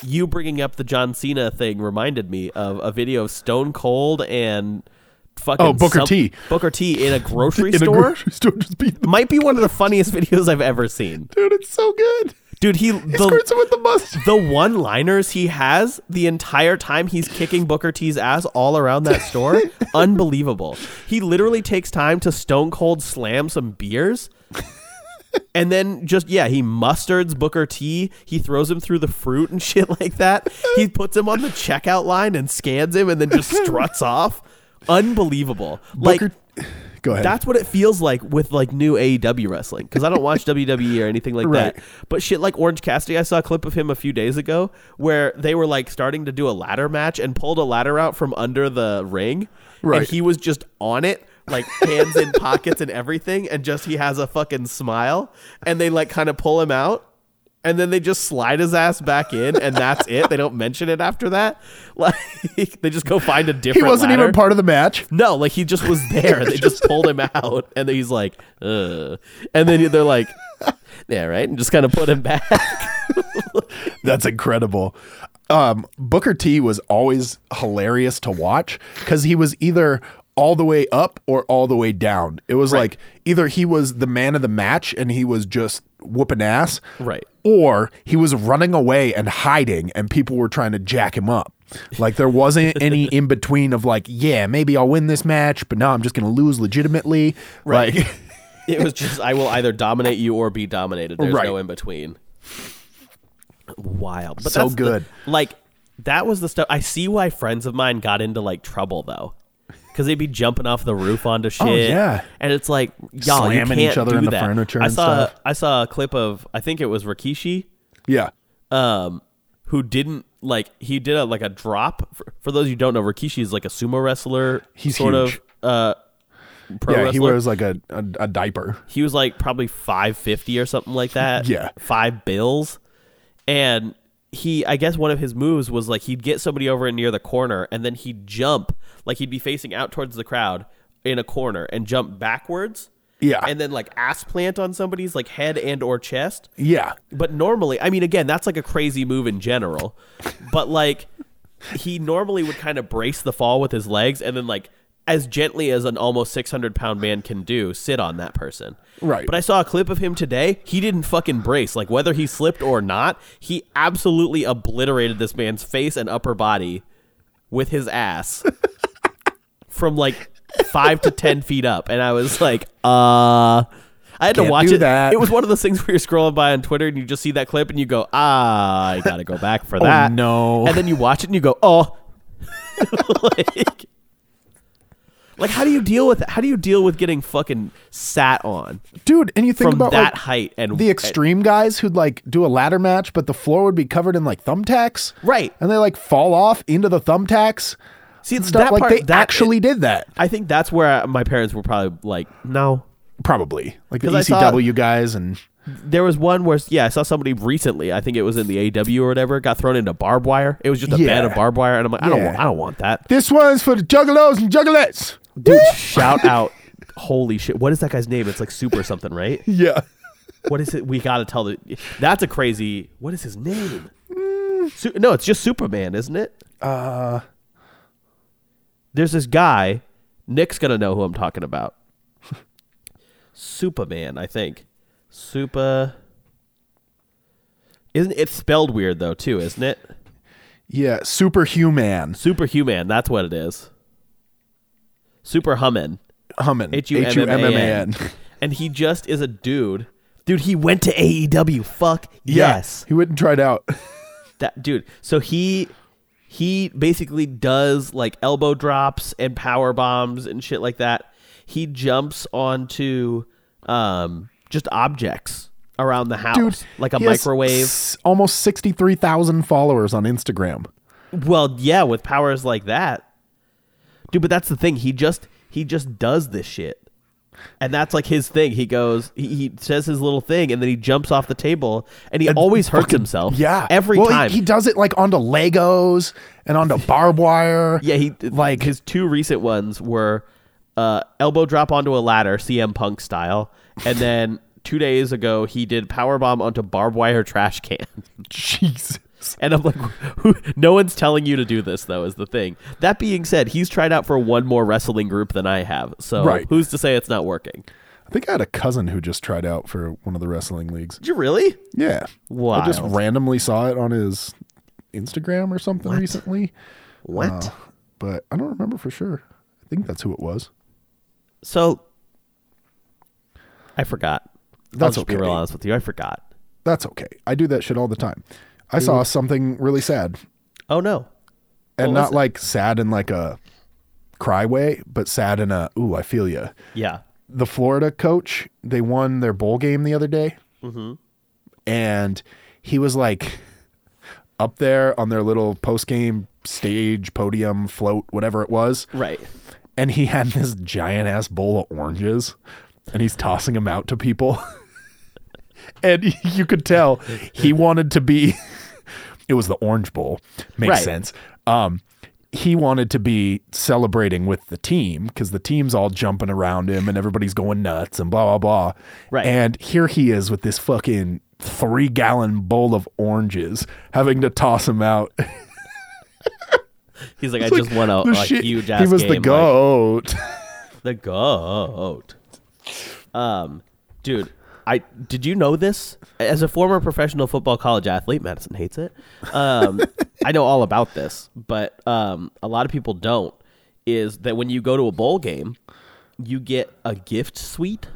Speaker 2: you bringing up the John Cena thing reminded me of a video of Stone Cold and fucking
Speaker 3: Oh, Booker T.
Speaker 2: Booker T in a grocery
Speaker 3: [LAUGHS] In a
Speaker 2: store.
Speaker 3: grocery [LAUGHS] store, just beating the
Speaker 2: Might be one of the funniest [LAUGHS] videos I've ever seen,
Speaker 3: dude. It's so good.
Speaker 2: dude. He
Speaker 3: He
Speaker 2: the,
Speaker 3: squirts him with the mustard.
Speaker 2: the one liners he has the entire time he's kicking Booker T's ass all around that store. Unbelievable. He literally takes time to stone cold slam some beers. And then just yeah, he mustards Booker T. He throws him through the fruit and shit like that. He puts him on the checkout line and scans him, and then just struts off. Unbelievable! Like
Speaker 3: Booker- Go ahead.
Speaker 2: that's what it feels like with like new AEW wrestling because I don't
Speaker 3: [LAUGHS]
Speaker 2: watch WWE or anything like
Speaker 3: Right.
Speaker 2: that. But shit, like Orange Cassidy, I saw a clip of him a few days ago where they were like starting to do a ladder match and pulled a ladder out from under the ring,
Speaker 3: Right.
Speaker 2: and he was just on it. Like hands
Speaker 3: [LAUGHS]
Speaker 2: in pockets and everything, and just he has a fucking smile, and they like kind of pull him out, and then they just slide his ass back in, and that's it. They don't mention it after that. [LAUGHS] Like they just go find a
Speaker 3: he
Speaker 2: different.
Speaker 3: wasn't
Speaker 2: ladder.
Speaker 3: even part of the match.
Speaker 2: No, like he just [LAUGHS] was there. They just pulled him out, and then he's like, Ugh. and then they're like, yeah, right, and just kind of put him [LAUGHS] back.
Speaker 3: That's incredible. Um, Booker T was always hilarious to watch because he was either all the way up or all the way down. It was like either he was the man of the match and he was just whooping ass,
Speaker 2: Right.
Speaker 3: Or he was running away and hiding, and people were trying to jack him up. Like there wasn't
Speaker 2: [LAUGHS]
Speaker 3: any in between of like, yeah, maybe I'll win this match, but now I'm just gonna lose legitimately. Right.
Speaker 2: [LAUGHS]
Speaker 3: Like,
Speaker 2: It was just, I will either dominate you or be dominated. There's
Speaker 3: Right.
Speaker 2: no in between. Wild, but
Speaker 3: So
Speaker 2: that's the-
Speaker 3: good.
Speaker 2: like that was the stuff. I see why friends of mine got into like trouble though, because they'd be jumping off the roof onto shit.
Speaker 3: Oh, yeah.
Speaker 2: and it's like y'all you
Speaker 3: Slamming
Speaker 2: can't
Speaker 3: each other
Speaker 2: do
Speaker 3: into
Speaker 2: that.
Speaker 3: furniture
Speaker 2: I
Speaker 3: and
Speaker 2: saw
Speaker 3: stuff.
Speaker 2: I saw a clip of I think it was Rikishi.
Speaker 3: yeah.
Speaker 2: um, who didn't like he did a like a drop. For, for those who don't know, Rikishi is like a sumo wrestler.
Speaker 3: He's
Speaker 2: sort
Speaker 3: huge.
Speaker 2: of uh, [LAUGHS] pro
Speaker 3: yeah,
Speaker 2: wrestler.
Speaker 3: he wears like a, a, a diaper.
Speaker 2: he was like probably five fifty or something
Speaker 3: [LAUGHS]
Speaker 2: like that.
Speaker 3: Yeah.
Speaker 2: five bills, and he I guess one of his moves was like he'd get somebody over near the corner and then he'd jump like he'd be facing out towards the crowd in a corner and jump backwards.
Speaker 3: Yeah.
Speaker 2: and then like ass plant on somebody's like head and or chest.
Speaker 3: Yeah.
Speaker 2: But normally, I mean, again, that's like a crazy move in general. But like, he normally would kind of brace the fall with his legs and then like as gently as an almost 600 pound man can do sit on that person
Speaker 3: Right.
Speaker 2: but i saw a clip of him today he didn't fucking brace like whether he slipped or not he absolutely obliterated this man's face and upper body with his ass [LAUGHS] from like five to ten feet up, and I was like, uh. I had to
Speaker 3: Can't
Speaker 2: watch
Speaker 3: do
Speaker 2: it.
Speaker 3: that.
Speaker 2: It was [LAUGHS] one of those things where you're scrolling by on Twitter and you just see that clip and you go, "Ah, I gotta go back
Speaker 3: [LAUGHS]
Speaker 2: for that."
Speaker 3: Oh, no.
Speaker 2: And then you watch it and you go, "Oh." [LAUGHS] like, like, how do you deal with how do you deal with getting fucking sat on
Speaker 3: Dude, and you think
Speaker 2: from
Speaker 3: about
Speaker 2: that
Speaker 3: like,
Speaker 2: height and
Speaker 3: the extreme guys who'd like do a ladder match, but the floor would be covered in like thumbtacks.
Speaker 2: Right.
Speaker 3: And they like fall off into the thumbtacks.
Speaker 2: See,
Speaker 3: and stuff
Speaker 2: that
Speaker 3: like
Speaker 2: part-
Speaker 3: they
Speaker 2: that-
Speaker 3: actually did that.
Speaker 2: I think that's where my parents were probably like, "No,
Speaker 3: Probably. Like the
Speaker 2: 'Cause I saw-
Speaker 3: ECW guys and
Speaker 2: There was one where yeah, I saw somebody recently. I think it was in the AW or whatever. Got thrown into barbed wire. It was just a
Speaker 3: Yeah.
Speaker 2: bed of barbed wire, and I'm like, I don't,
Speaker 3: Yeah.
Speaker 2: want, I don't want that.
Speaker 3: this one's for the juggalos and juggalettes. [LAUGHS]
Speaker 2: Dude, shout out! Holy shit! What is that guy's name? It's like Super something, right?
Speaker 3: Yeah.
Speaker 2: What is it? We gotta tell the. That's a crazy. What is his name? Su- no, it's just Superman, isn't it? Uh. There's this guy. Nick's gonna know who I'm talking about. Superman, I think. Super. Isn't it's spelled weird though too? Isn't it?
Speaker 3: Yeah. Superhuman.
Speaker 2: Superhuman. That's what it is. Super Hummin.
Speaker 3: Hummin.
Speaker 2: H U M M A [LAUGHS] N.
Speaker 3: H-U-M-M-A-N.
Speaker 2: And he just is a dude. Dude, he went to AEW. Fuck
Speaker 3: Yeah.
Speaker 2: yes.
Speaker 3: He went and tried out.
Speaker 2: That dude. So he he basically does like elbow drops and power bombs and shit like that. he jumps onto um, just objects around the house, like a
Speaker 3: he has
Speaker 2: microwave.
Speaker 3: s- almost 63,000 followers on Instagram.
Speaker 2: Well, yeah, with powers like that, dude. But that's the thing. He just he just does this shit, and that's like his thing. He goes, he, he says his little thing, and then he jumps off the table, and he always hurts himself.
Speaker 3: Yeah.
Speaker 2: Oh. every
Speaker 3: well, he-
Speaker 2: time.
Speaker 3: He, does it like onto Legos and onto barbed wire.
Speaker 2: [LAUGHS] yeah, he
Speaker 3: like-
Speaker 2: like his two recent ones were uh, elbow drop onto a ladder, CM Punk style, and then two days ago he did power bomb onto barbed wire trash can. [LAUGHS]
Speaker 3: Jesus.
Speaker 2: And I'm like, [LAUGHS] who, no one's telling you to do this, though, is the thing. That being said, he's tried out for one more wrestling group than I have. So
Speaker 3: Right.
Speaker 2: who's to say it's not working?
Speaker 3: I think I had a cousin who just tried out for one of the wrestling leagues.
Speaker 2: Did you really?
Speaker 3: Yeah. I just
Speaker 2: Wild.
Speaker 3: randomly saw it on his Instagram or something recently,
Speaker 2: What?
Speaker 3: Uh, but I don't remember for sure. I think that's who it was.
Speaker 2: so I forgot. I'll
Speaker 3: That's
Speaker 2: just be
Speaker 3: okay.
Speaker 2: real honest with you. I forgot.
Speaker 3: That's okay. I do that shit all the time. I saw something really sad
Speaker 2: Oh, no. What
Speaker 3: and
Speaker 2: was
Speaker 3: not
Speaker 2: it?
Speaker 3: like sad in like a cry way, but sad in a, ooh, I feel you.
Speaker 2: Yeah.
Speaker 3: the Florida coach, they won their bowl game the other day. And he was like up there on their little post game stage, podium, float, whatever it was.
Speaker 2: Right.
Speaker 3: And he had this giant ass bowl of oranges and he's tossing them out to people. [LAUGHS] and you could tell he wanted to be, [LAUGHS] it was the Orange Bowl. Makes
Speaker 2: Right.
Speaker 3: sense. Um, he wanted to be celebrating with the team because the team's all jumping around him and everybody's going nuts and blah, blah, blah.
Speaker 2: Right.
Speaker 3: And here he is with this fucking three gallon bowl of oranges having to toss them out.
Speaker 2: He's like, I just won a,
Speaker 3: [LAUGHS] The
Speaker 2: a
Speaker 3: shit-
Speaker 2: huge ass
Speaker 3: He was the
Speaker 2: game, like,
Speaker 3: goat. [LAUGHS]
Speaker 2: The goat. Um, dude, I did you know this? As a former professional football college athlete, Madison hates it. Um, I know all about this, but um, a lot of people don't. Is that when you go to a bowl game, you get a gift suite,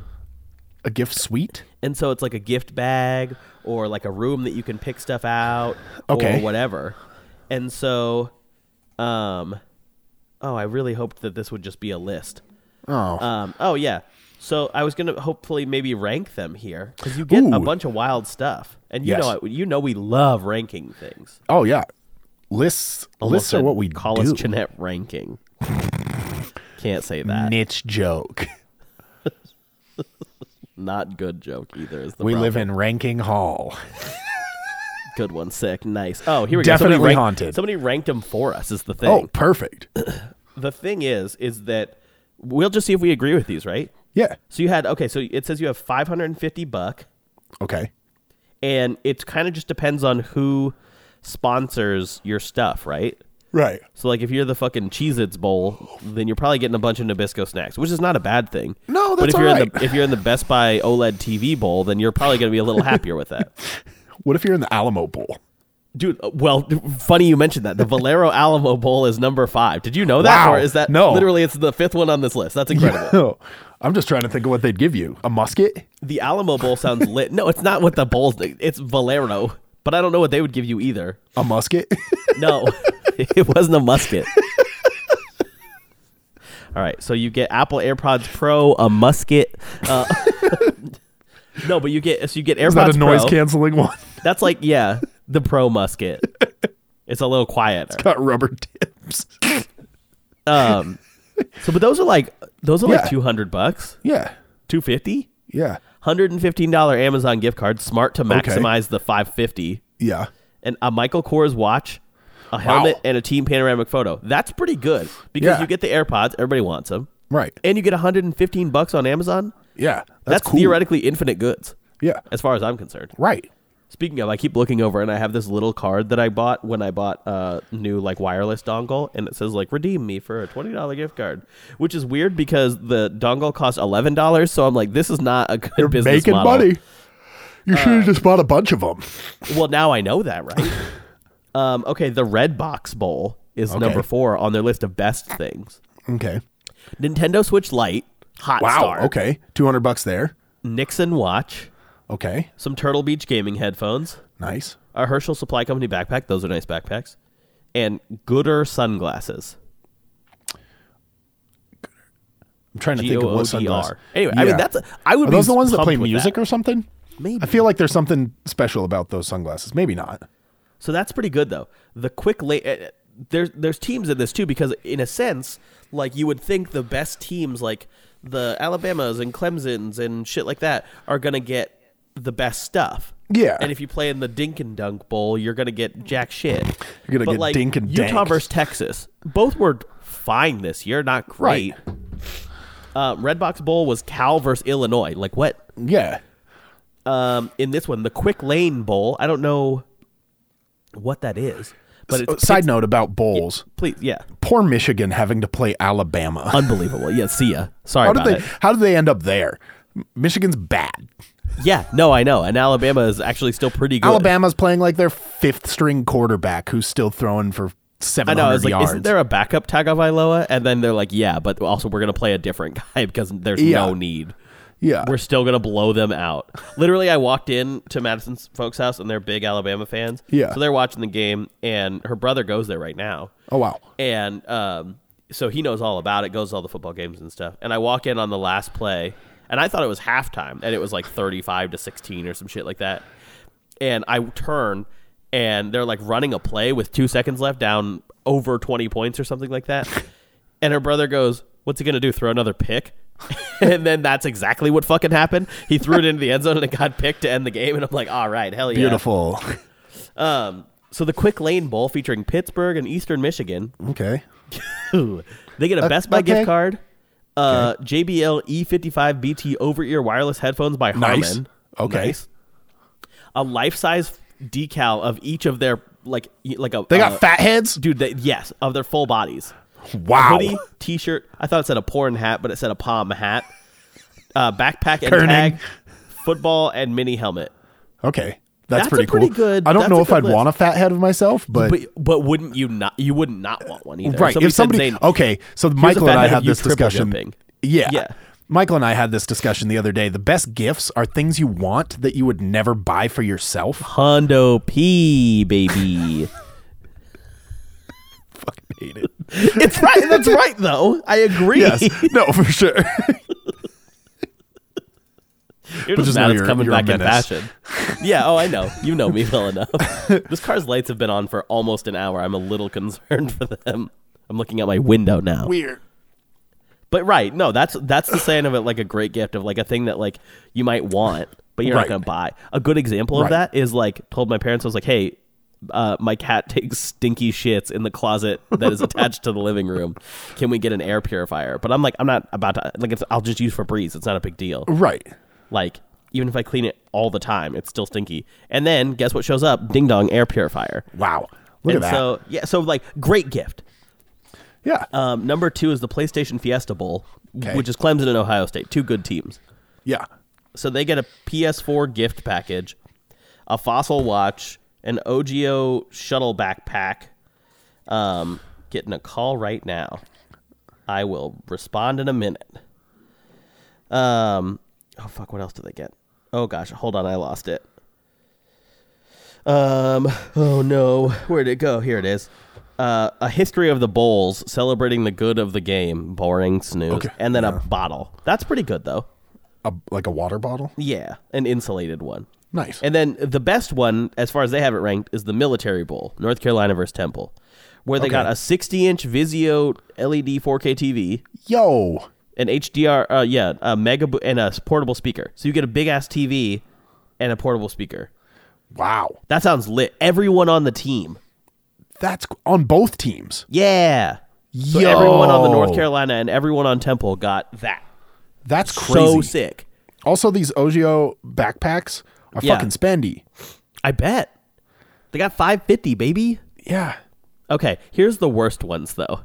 Speaker 3: a gift suite?
Speaker 2: and so it's like a gift bag or like a room that you can pick stuff out
Speaker 3: Okay.
Speaker 2: or whatever. And so, um, oh, I really hoped that this would just be a list.
Speaker 3: Oh.
Speaker 2: Um, oh yeah. So I was gonna hopefully maybe rank them here because you get a
Speaker 3: Ooh.
Speaker 2: bunch of wild stuff, and you
Speaker 3: Yes.
Speaker 2: know it, you know we love ranking things.
Speaker 3: Oh yeah, lists lists are
Speaker 2: said
Speaker 3: what we
Speaker 2: call
Speaker 3: do.
Speaker 2: us Jeanette
Speaker 3: [LAUGHS]
Speaker 2: ranking. Can't say that.
Speaker 3: Niche joke.
Speaker 2: Not good joke either. Is the
Speaker 3: We
Speaker 2: problem.
Speaker 3: live in ranking hall.
Speaker 2: [LAUGHS] good one. Sick, nice. Oh, here we go.
Speaker 3: Definitely
Speaker 2: Somebody ranked-
Speaker 3: haunted.
Speaker 2: Somebody ranked them for us. Is the thing.
Speaker 3: Oh, perfect.
Speaker 2: The thing is, is that we'll just see if we agree with these, right?
Speaker 3: Yeah.
Speaker 2: So you had okay. So it says you have five hundred and fifty buck.
Speaker 3: Okay.
Speaker 2: and it kind of just depends on who sponsors your stuff, right?
Speaker 3: Right.
Speaker 2: So like if you're the fucking Cheez Its bowl, then you're probably getting a bunch of Nabisco snacks, which is not a bad thing.
Speaker 3: No,
Speaker 2: But
Speaker 3: that's
Speaker 2: if you're in
Speaker 3: alright.
Speaker 2: the if you're in the Best Buy E OLED TV bowl, then you're probably gonna be a
Speaker 3: [LAUGHS]
Speaker 2: little happier with that.
Speaker 3: What if you're in the Alamo Bowl?
Speaker 2: Dude, uh, well, d- funny you mentioned that. The Valero Alamo Bowl is number five. Did you know that?
Speaker 3: Wow.
Speaker 2: Or is that
Speaker 3: No.
Speaker 2: literally it's the fifth one on this list. That's incredible.
Speaker 3: Oh, I'm just trying to think of what they'd give you. A musket?
Speaker 2: The Alamo Bowl sounds lit. No, it's not what the bowls it's Valero. But I don't know what they would give you either.
Speaker 3: A musket? [LAUGHS]
Speaker 2: No, [LAUGHS] it wasn't a musket. All right, so you get Apple AirPods Pro, a musket. Uh, [LAUGHS] no, but you get so you get AirPods
Speaker 3: Is that a noise
Speaker 2: Pro.
Speaker 3: canceling one? [LAUGHS]
Speaker 2: That's like yeah, the Pro musket. It's a little quieter.
Speaker 3: Got rubber tips.
Speaker 2: Um, so but those are like those are
Speaker 3: Yeah.
Speaker 2: like two hundred bucks,
Speaker 3: yeah.
Speaker 2: two fifty.
Speaker 3: Yeah.
Speaker 2: $115 Amazon gift card, smart to maximize the 550
Speaker 3: Yeah.
Speaker 2: and a Michael Kors watch, a helmet, and a team panoramic photo. That's pretty good because
Speaker 3: Yeah.
Speaker 2: you get the AirPods, everybody wants them,
Speaker 3: Right.
Speaker 2: and you get 115 bucks on Amazon.
Speaker 3: Yeah.
Speaker 2: That's,
Speaker 3: cool.
Speaker 2: theoretically infinite goods,
Speaker 3: Yeah.
Speaker 2: as far as I'm concerned.
Speaker 3: Right.
Speaker 2: Speaking of, I keep looking over and I have this little card that I bought when I bought a new like wireless dongle, and it says like redeem me for a twenty dollar gift card, which is weird because the dongle costs eleven dollars. So I'm like, this is not a good
Speaker 3: You're
Speaker 2: business
Speaker 3: making
Speaker 2: model. Uh,
Speaker 3: money. You should have just bought a bunch of them.
Speaker 2: Well, now I know that,
Speaker 3: [LAUGHS]
Speaker 2: right? um, okay, the Red Box Bowl is number four on their list of best things.
Speaker 3: Okay.
Speaker 2: Nintendo Switch Lite, Hot
Speaker 3: Wow.
Speaker 2: Star,
Speaker 3: Okay. 200 bucks there.
Speaker 2: Nixon Watch,
Speaker 3: Okay.
Speaker 2: some Turtle Beach gaming headphones,
Speaker 3: Nice.
Speaker 2: a Herschel Supply Company backpack. Those are nice backpacks, and Gooder sunglasses.
Speaker 3: I'm trying to
Speaker 2: G O
Speaker 3: think of
Speaker 2: O
Speaker 3: what song
Speaker 2: D
Speaker 3: it was.
Speaker 2: R. Anyway, I mean
Speaker 3: Yeah.
Speaker 2: that's a, I would
Speaker 3: Are
Speaker 2: be
Speaker 3: those the ones that
Speaker 2: pumped
Speaker 3: play
Speaker 2: with
Speaker 3: music
Speaker 2: that.
Speaker 3: or something?
Speaker 2: Maybe.
Speaker 3: I feel like there's something special about those sunglasses. Maybe not.
Speaker 2: So that's pretty good though. The quick late uh, uh, there's there's teams in this too because in a sense like you would think the best teams like the Alabamas and Clemson's and shit like that are going to get the best stuff.
Speaker 3: Yeah.
Speaker 2: And if you play in the Dink and Dunk Bowl, you're going to get jack shit.
Speaker 3: You're gonna
Speaker 2: But,
Speaker 3: get
Speaker 2: like,
Speaker 3: dink and
Speaker 2: Utah
Speaker 3: dank.
Speaker 2: versus Texas. Both were fine this year, not great.
Speaker 3: Right.
Speaker 2: Uh, Redbox Bowl was Cal versus Illinois. Like what?
Speaker 3: Yeah.
Speaker 2: um, in this one, the Quick Lane Bowl. I don't know what that is, but
Speaker 3: Uh,
Speaker 2: it's
Speaker 3: Side note about bowls.
Speaker 2: please, yeah,
Speaker 3: Poor Michigan having to play Alabama.
Speaker 2: unbelievable. Yeah, see ya. Sorry
Speaker 3: [LAUGHS] how did
Speaker 2: about
Speaker 3: they
Speaker 2: it.
Speaker 3: how did they end up there? M- Michigan's bad.
Speaker 2: Yeah, no, I know. And Alabama is actually still pretty good.
Speaker 3: Alabama's playing like their fifth string quarterback who's still throwing for
Speaker 2: I
Speaker 3: 700
Speaker 2: know. I was like,
Speaker 3: yards.
Speaker 2: isn't there a backup Tagovailoa? And then they're like, yeah, but also we're gonna play a different [LAUGHS] guy because there's
Speaker 3: Yeah.
Speaker 2: no need.
Speaker 3: yeah.
Speaker 2: We're still gonna blow them out. Literally, I walked in to Madison's folks' house, and they're big Alabama fans.
Speaker 3: Yeah.
Speaker 2: so they're watching the game, and her brother goes there right now.
Speaker 3: Oh wow.
Speaker 2: and um, so he knows all about it. Goes to all the football games and stuff. And I walk in on the last play, and I thought it was halftime, and it was like thirty-five to sixteen or some shit like that. And I turn, and they're like running a play with two seconds left, down over twenty points or something like that. And her brother goes, "What's he gonna do? Throw another pick?" [LAUGHS] and then that's exactly what fucking happened. He threw it into the end zone and it got picked to end the game. And I'm like, "All right, hell yeah,
Speaker 3: Beautiful. [LAUGHS]
Speaker 2: Um, so the Quick Lane Bowl featuring Pittsburgh and Eastern Michigan
Speaker 3: Okay.
Speaker 2: Ooh. They get a Best Buy
Speaker 3: okay.
Speaker 2: gift card, uh, JBL E55 BT over ear wireless headphones by Harman.
Speaker 3: Nice. Okay.
Speaker 2: A life size decal of each of their like e- like a
Speaker 3: They
Speaker 2: uh,
Speaker 3: got fat heads?
Speaker 2: dude. They, yes, of their full bodies.
Speaker 3: Wow.
Speaker 2: Hoodie, t-shirt. I thought it said a porn hat, but it said a palm hat. Uh, backpack and
Speaker 3: Kerning.
Speaker 2: tag, football and mini helmet.
Speaker 3: Okay. That's,
Speaker 2: That's a
Speaker 3: pretty cool.
Speaker 2: pretty good-
Speaker 3: I don't
Speaker 2: that's
Speaker 3: know
Speaker 2: a
Speaker 3: if
Speaker 2: good
Speaker 3: I'd
Speaker 2: list.
Speaker 3: want a fat head of myself, but,
Speaker 2: But but wouldn't you not? You would not want one either.
Speaker 3: right.
Speaker 2: Somebody
Speaker 3: If
Speaker 2: said,
Speaker 3: somebody
Speaker 2: Zane,
Speaker 3: okay, so Michael
Speaker 2: fat
Speaker 3: and I
Speaker 2: head of
Speaker 3: had
Speaker 2: you
Speaker 3: this
Speaker 2: triple
Speaker 3: discussion.
Speaker 2: jumping.
Speaker 3: Yeah.
Speaker 2: Yeah.
Speaker 3: Michael and I had this discussion the other day. The best gifts are things you want that you would never buy
Speaker 2: [LAUGHS]
Speaker 3: for yourself.
Speaker 2: Hondo P baby.
Speaker 3: Hate it.
Speaker 2: It's right. That's right, though. I agree. [LAUGHS]
Speaker 3: [LAUGHS] yes. No, for [LAUGHS] sure.
Speaker 2: You're
Speaker 3: But
Speaker 2: just
Speaker 3: just
Speaker 2: mad
Speaker 3: know
Speaker 2: it's
Speaker 3: you're-
Speaker 2: coming
Speaker 3: you're a
Speaker 2: back in
Speaker 3: menace.
Speaker 2: fashion.
Speaker 3: [LAUGHS]
Speaker 2: Yeah. Oh, I know. You know me well enough. this car's lights have been on for almost an hour. I'm a little concerned for them. I'm looking out my window now.
Speaker 3: Weird.
Speaker 2: But right, no, that's that's the saying of it, like a great gift of like a thing that like you might want, but you're not
Speaker 3: Right.
Speaker 2: gonna buy. A good example of
Speaker 3: Right.
Speaker 2: that is like told my parents I was like, hey. Uh, my cat takes stinky shits in the closet that is attached to the living room. Can we get an air purifier? But I'm like, I'm not about to. Like, it's, I'll just use Febreze. It's not a big deal.
Speaker 3: Right.
Speaker 2: Like, even if I clean it all the time, it's still stinky. And then guess what shows up? Ding dong air purifier.
Speaker 3: Wow. Look
Speaker 2: and
Speaker 3: at that.
Speaker 2: so yeah, so like great gift.
Speaker 3: yeah.
Speaker 2: Um, number two is the PlayStation Fiesta Bowl,
Speaker 3: Okay.
Speaker 2: which is Clemson and Ohio State, two good teams.
Speaker 3: yeah.
Speaker 2: So they get a PS4 gift package, a fossil watch, an OGO shuttle backpack. Um, getting a call right now. I will respond in a minute. Um, oh fuck, what else did they get? Oh gosh, hold on, I lost it. Um, oh no, where'd it go? Here it is. Uh, a history of the bowls, celebrating the good of the game. Boring snooze,
Speaker 3: Okay,
Speaker 2: and then a bottle. That's pretty good though.
Speaker 3: A, like a water bottle.
Speaker 2: Yeah, an insulated one.
Speaker 3: Nice.
Speaker 2: And then the best one, as far as they have it ranked, is the Military Bowl, North Carolina versus Temple, where they got a 60 inch Vizio E LED 4K TV,
Speaker 3: Yo.
Speaker 2: an HDR, uh, yeah, a mega, bo- and a s- portable speaker. So you get a big ass TV and a portable speaker.
Speaker 3: Wow.
Speaker 2: That sounds lit. Everyone on the team.
Speaker 3: That's c- on both teams.
Speaker 2: Yeah. So
Speaker 3: Yo.
Speaker 2: everyone on the North Carolina and everyone on Temple got that.
Speaker 3: That's crazy.
Speaker 2: So sick.
Speaker 3: Also, these OGO backpacks are
Speaker 2: Yeah.
Speaker 3: fucking spendy.
Speaker 2: I bet. They got 550, baby.
Speaker 3: Yeah.
Speaker 2: Okay, here's the worst ones though.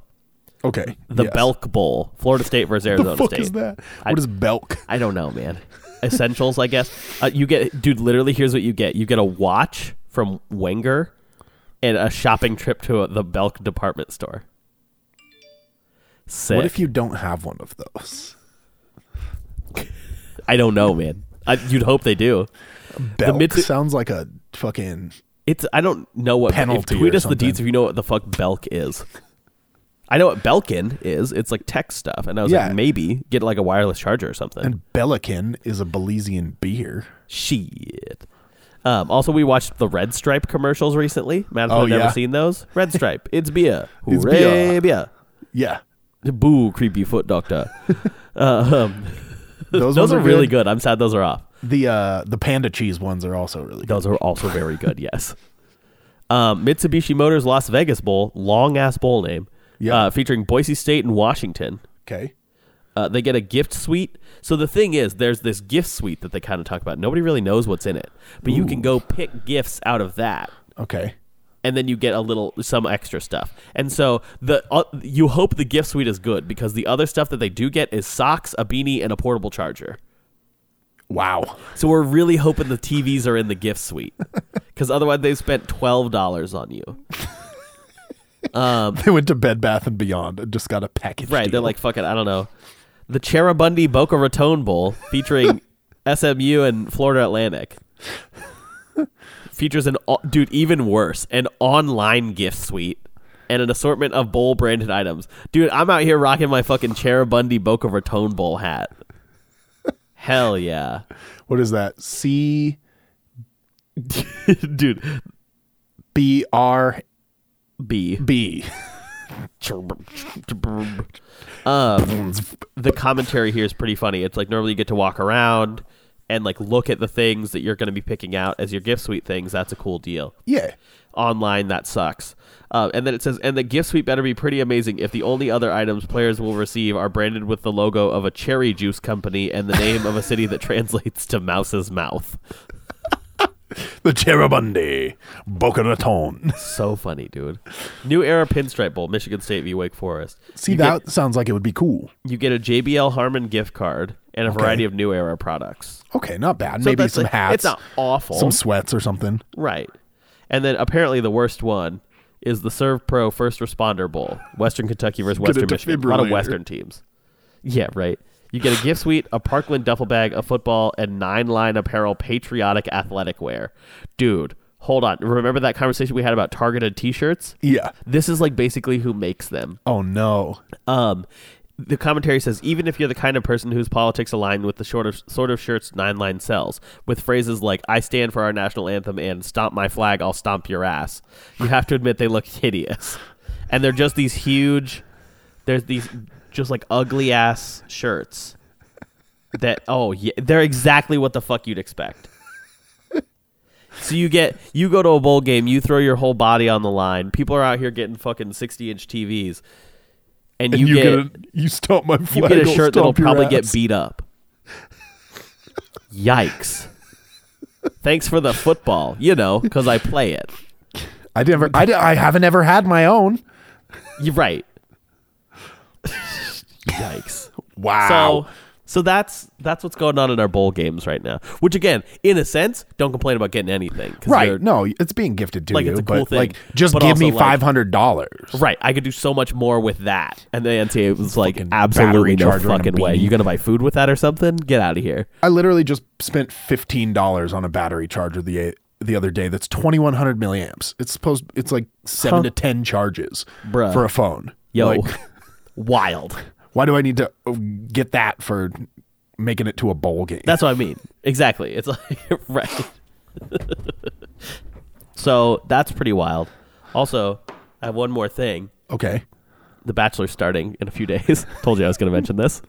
Speaker 3: Okay.
Speaker 2: the
Speaker 3: yes.
Speaker 2: Belk Bowl, Florida State versus Arizona
Speaker 3: The fuck
Speaker 2: State.
Speaker 3: is that? What is Belk?
Speaker 2: I don't know, man. Essentials, I guess. Uh, you get, dude. Literally, here's what you get: you get a watch from Wenger and a shopping trip to the Belk department store. Sick.
Speaker 3: What if you don't have one of those?
Speaker 2: I don't know, man. I, you'd hope they do.
Speaker 3: Belk
Speaker 2: Mitsu-
Speaker 3: sounds like a fucking
Speaker 2: It's I don't know what.
Speaker 3: Penalty
Speaker 2: if, tweet
Speaker 3: or
Speaker 2: us the
Speaker 3: something.
Speaker 2: deets if you know what the fuck Belk is. I know what Belkin is. It's like tech stuff, and I was
Speaker 3: Yeah.
Speaker 2: like, maybe get like a wireless charger or something.
Speaker 3: And Belican is a Belizean beer.
Speaker 2: Shit. Um, also, we watched the Red Stripe commercials recently. Matt's
Speaker 3: Oh,
Speaker 2: had never
Speaker 3: yeah.
Speaker 2: seen those. Red [LAUGHS] Stripe. It's beer.
Speaker 3: It's
Speaker 2: Hooray, beer.
Speaker 3: Yeah.
Speaker 2: Boo, creepy foot doctor. uh, um,
Speaker 3: Those,
Speaker 2: those
Speaker 3: ones
Speaker 2: are really good. I'm sad those are off.
Speaker 3: The uh the panda cheese ones are also really good.
Speaker 2: Those are also very good. Yes. [LAUGHS] Um, Mitsubishi Motors Las Vegas Bowl, long ass bowl name,
Speaker 3: Yeah.
Speaker 2: uh, featuring Boise State and Washington.
Speaker 3: Okay.
Speaker 2: Uh, they get a gift suite. So the thing is, there's this gift suite that they kind of talk about. Nobody really knows what's in it, but you can go pick gifts out of that,
Speaker 3: Okay.
Speaker 2: and then you get a little some extra stuff. And so the uh, you hope the gift suite is good because the other stuff that they do get is socks, a beanie, and a portable charger.
Speaker 3: Wow.
Speaker 2: So we're really hoping the TVs are in the gift suite because otherwise they spent twelve dollars on you.
Speaker 3: They went to Bed Bath and Beyond and just got a package.
Speaker 2: Right? They're
Speaker 3: deal.
Speaker 2: like, fuck it, I don't know. The Cherubundi Boca Raton Bowl featuring SMU and Florida Atlantic features an o- dude even worse an online gift suite and an assortment of bowl branded items. Dude, I'm out here rocking my fucking Cherubundi Boca Raton Bowl hat. Hell yeah.
Speaker 3: what is that? C
Speaker 2: dude,
Speaker 3: B R
Speaker 2: B.
Speaker 3: B.
Speaker 2: Um, the commentary here is pretty funny. It's like normally you get to walk around and like look at the things that you're going to be picking out as your gift suite things. That's a cool deal.
Speaker 3: Yeah.
Speaker 2: Online, that sucks. Uh, and then it says, and the gift suite better be pretty amazing if the only other items players will receive are branded with the logo of a cherry juice company and the name of a city that [LAUGHS] translates to Mouse's Mouth.
Speaker 3: The Cherubundi.
Speaker 2: [LAUGHS]
Speaker 3: Boca Raton.
Speaker 2: So funny, dude. New Era Pinstripe Bowl, Michigan State v. Wake Forest.
Speaker 3: See,
Speaker 2: You get-
Speaker 3: that sounds like it would be cool.
Speaker 2: you get a JBL Harmon gift card and a variety of new era products.
Speaker 3: Okay, not bad.
Speaker 2: So
Speaker 3: Maybe
Speaker 2: that's
Speaker 3: some
Speaker 2: like-
Speaker 3: hats.
Speaker 2: It's not awful.
Speaker 3: some sweats or something.
Speaker 2: right. And then apparently the worst one is the Serve Pro First Responder Bowl, Western Kentucky
Speaker 3: [LAUGHS]
Speaker 2: versus Western
Speaker 3: a
Speaker 2: Michigan. A lot of
Speaker 3: defibrillator.
Speaker 2: Western teams. Yeah, right. You get a gift suite, a Parkland duffel bag, a football, and nine line apparel, patriotic athletic wear. Dude, hold on. Remember that conversation we had about targeted t shirts?
Speaker 3: Yeah.
Speaker 2: This is like basically who makes them.
Speaker 3: Oh no.
Speaker 2: Um, the commentary says even if you're the kind of person whose politics align with the short of, sort of shirts nine line sells, with phrases like "I stand for our national anthem" and "Stomp my flag, I'll stomp your ass," you have to admit they look hideous, and they're just these huge. There's these just like ugly ass shirts that oh yeah they're exactly what the fuck you'd expect. So you get you go to a bowl game, you throw your whole body on the line. People are out here getting fucking sixty inch TVs, and,
Speaker 3: And
Speaker 2: you, get,
Speaker 3: a, you stomp my
Speaker 2: you
Speaker 3: flag.
Speaker 2: get a
Speaker 3: I'll
Speaker 2: shirt that'll
Speaker 3: stomp your
Speaker 2: probably
Speaker 3: ass.
Speaker 2: get beat up. Yikes! Thanks for the football, you know, because I play it.
Speaker 3: I never. I, d- I haven't ever had my own.
Speaker 2: You're right. Yikes.
Speaker 3: Wow.
Speaker 2: So so that's that's what's going on in our bowl games right now. Which again, in a sense, don't complain about getting anything. 'cause
Speaker 3: right.
Speaker 2: you're-
Speaker 3: No, it's being gifted to
Speaker 2: Like,
Speaker 3: you.
Speaker 2: it's a
Speaker 3: but
Speaker 2: cool thing,
Speaker 3: like, just
Speaker 2: but
Speaker 3: give
Speaker 2: also,
Speaker 3: me
Speaker 2: like-
Speaker 3: five hundred dollars.
Speaker 2: Right, I could do so much more with that. And the NCAA was like,
Speaker 3: Fucking battery
Speaker 2: absolutely no
Speaker 3: charger and a
Speaker 2: fucking way.
Speaker 3: beanie.
Speaker 2: You gonna buy food with that or something? Get out of here.
Speaker 3: I literally just spent fifteen dollars on a battery charger the the other day. That's twenty one hundred milliamps. It's supposed. It's like seven
Speaker 2: Huh.
Speaker 3: to ten charges
Speaker 2: Bruh.
Speaker 3: for a phone.
Speaker 2: Yo,
Speaker 3: Like,
Speaker 2: [LAUGHS] wild.
Speaker 3: why do I need to uh, get that for making it to a bowl game?
Speaker 2: That's what I mean. Exactly. It's like [LAUGHS] right. so that's pretty wild. Also, I have one more thing.
Speaker 3: okay.
Speaker 2: The Bachelor's starting in a few days. [LAUGHS] Told you I was gonna mention this.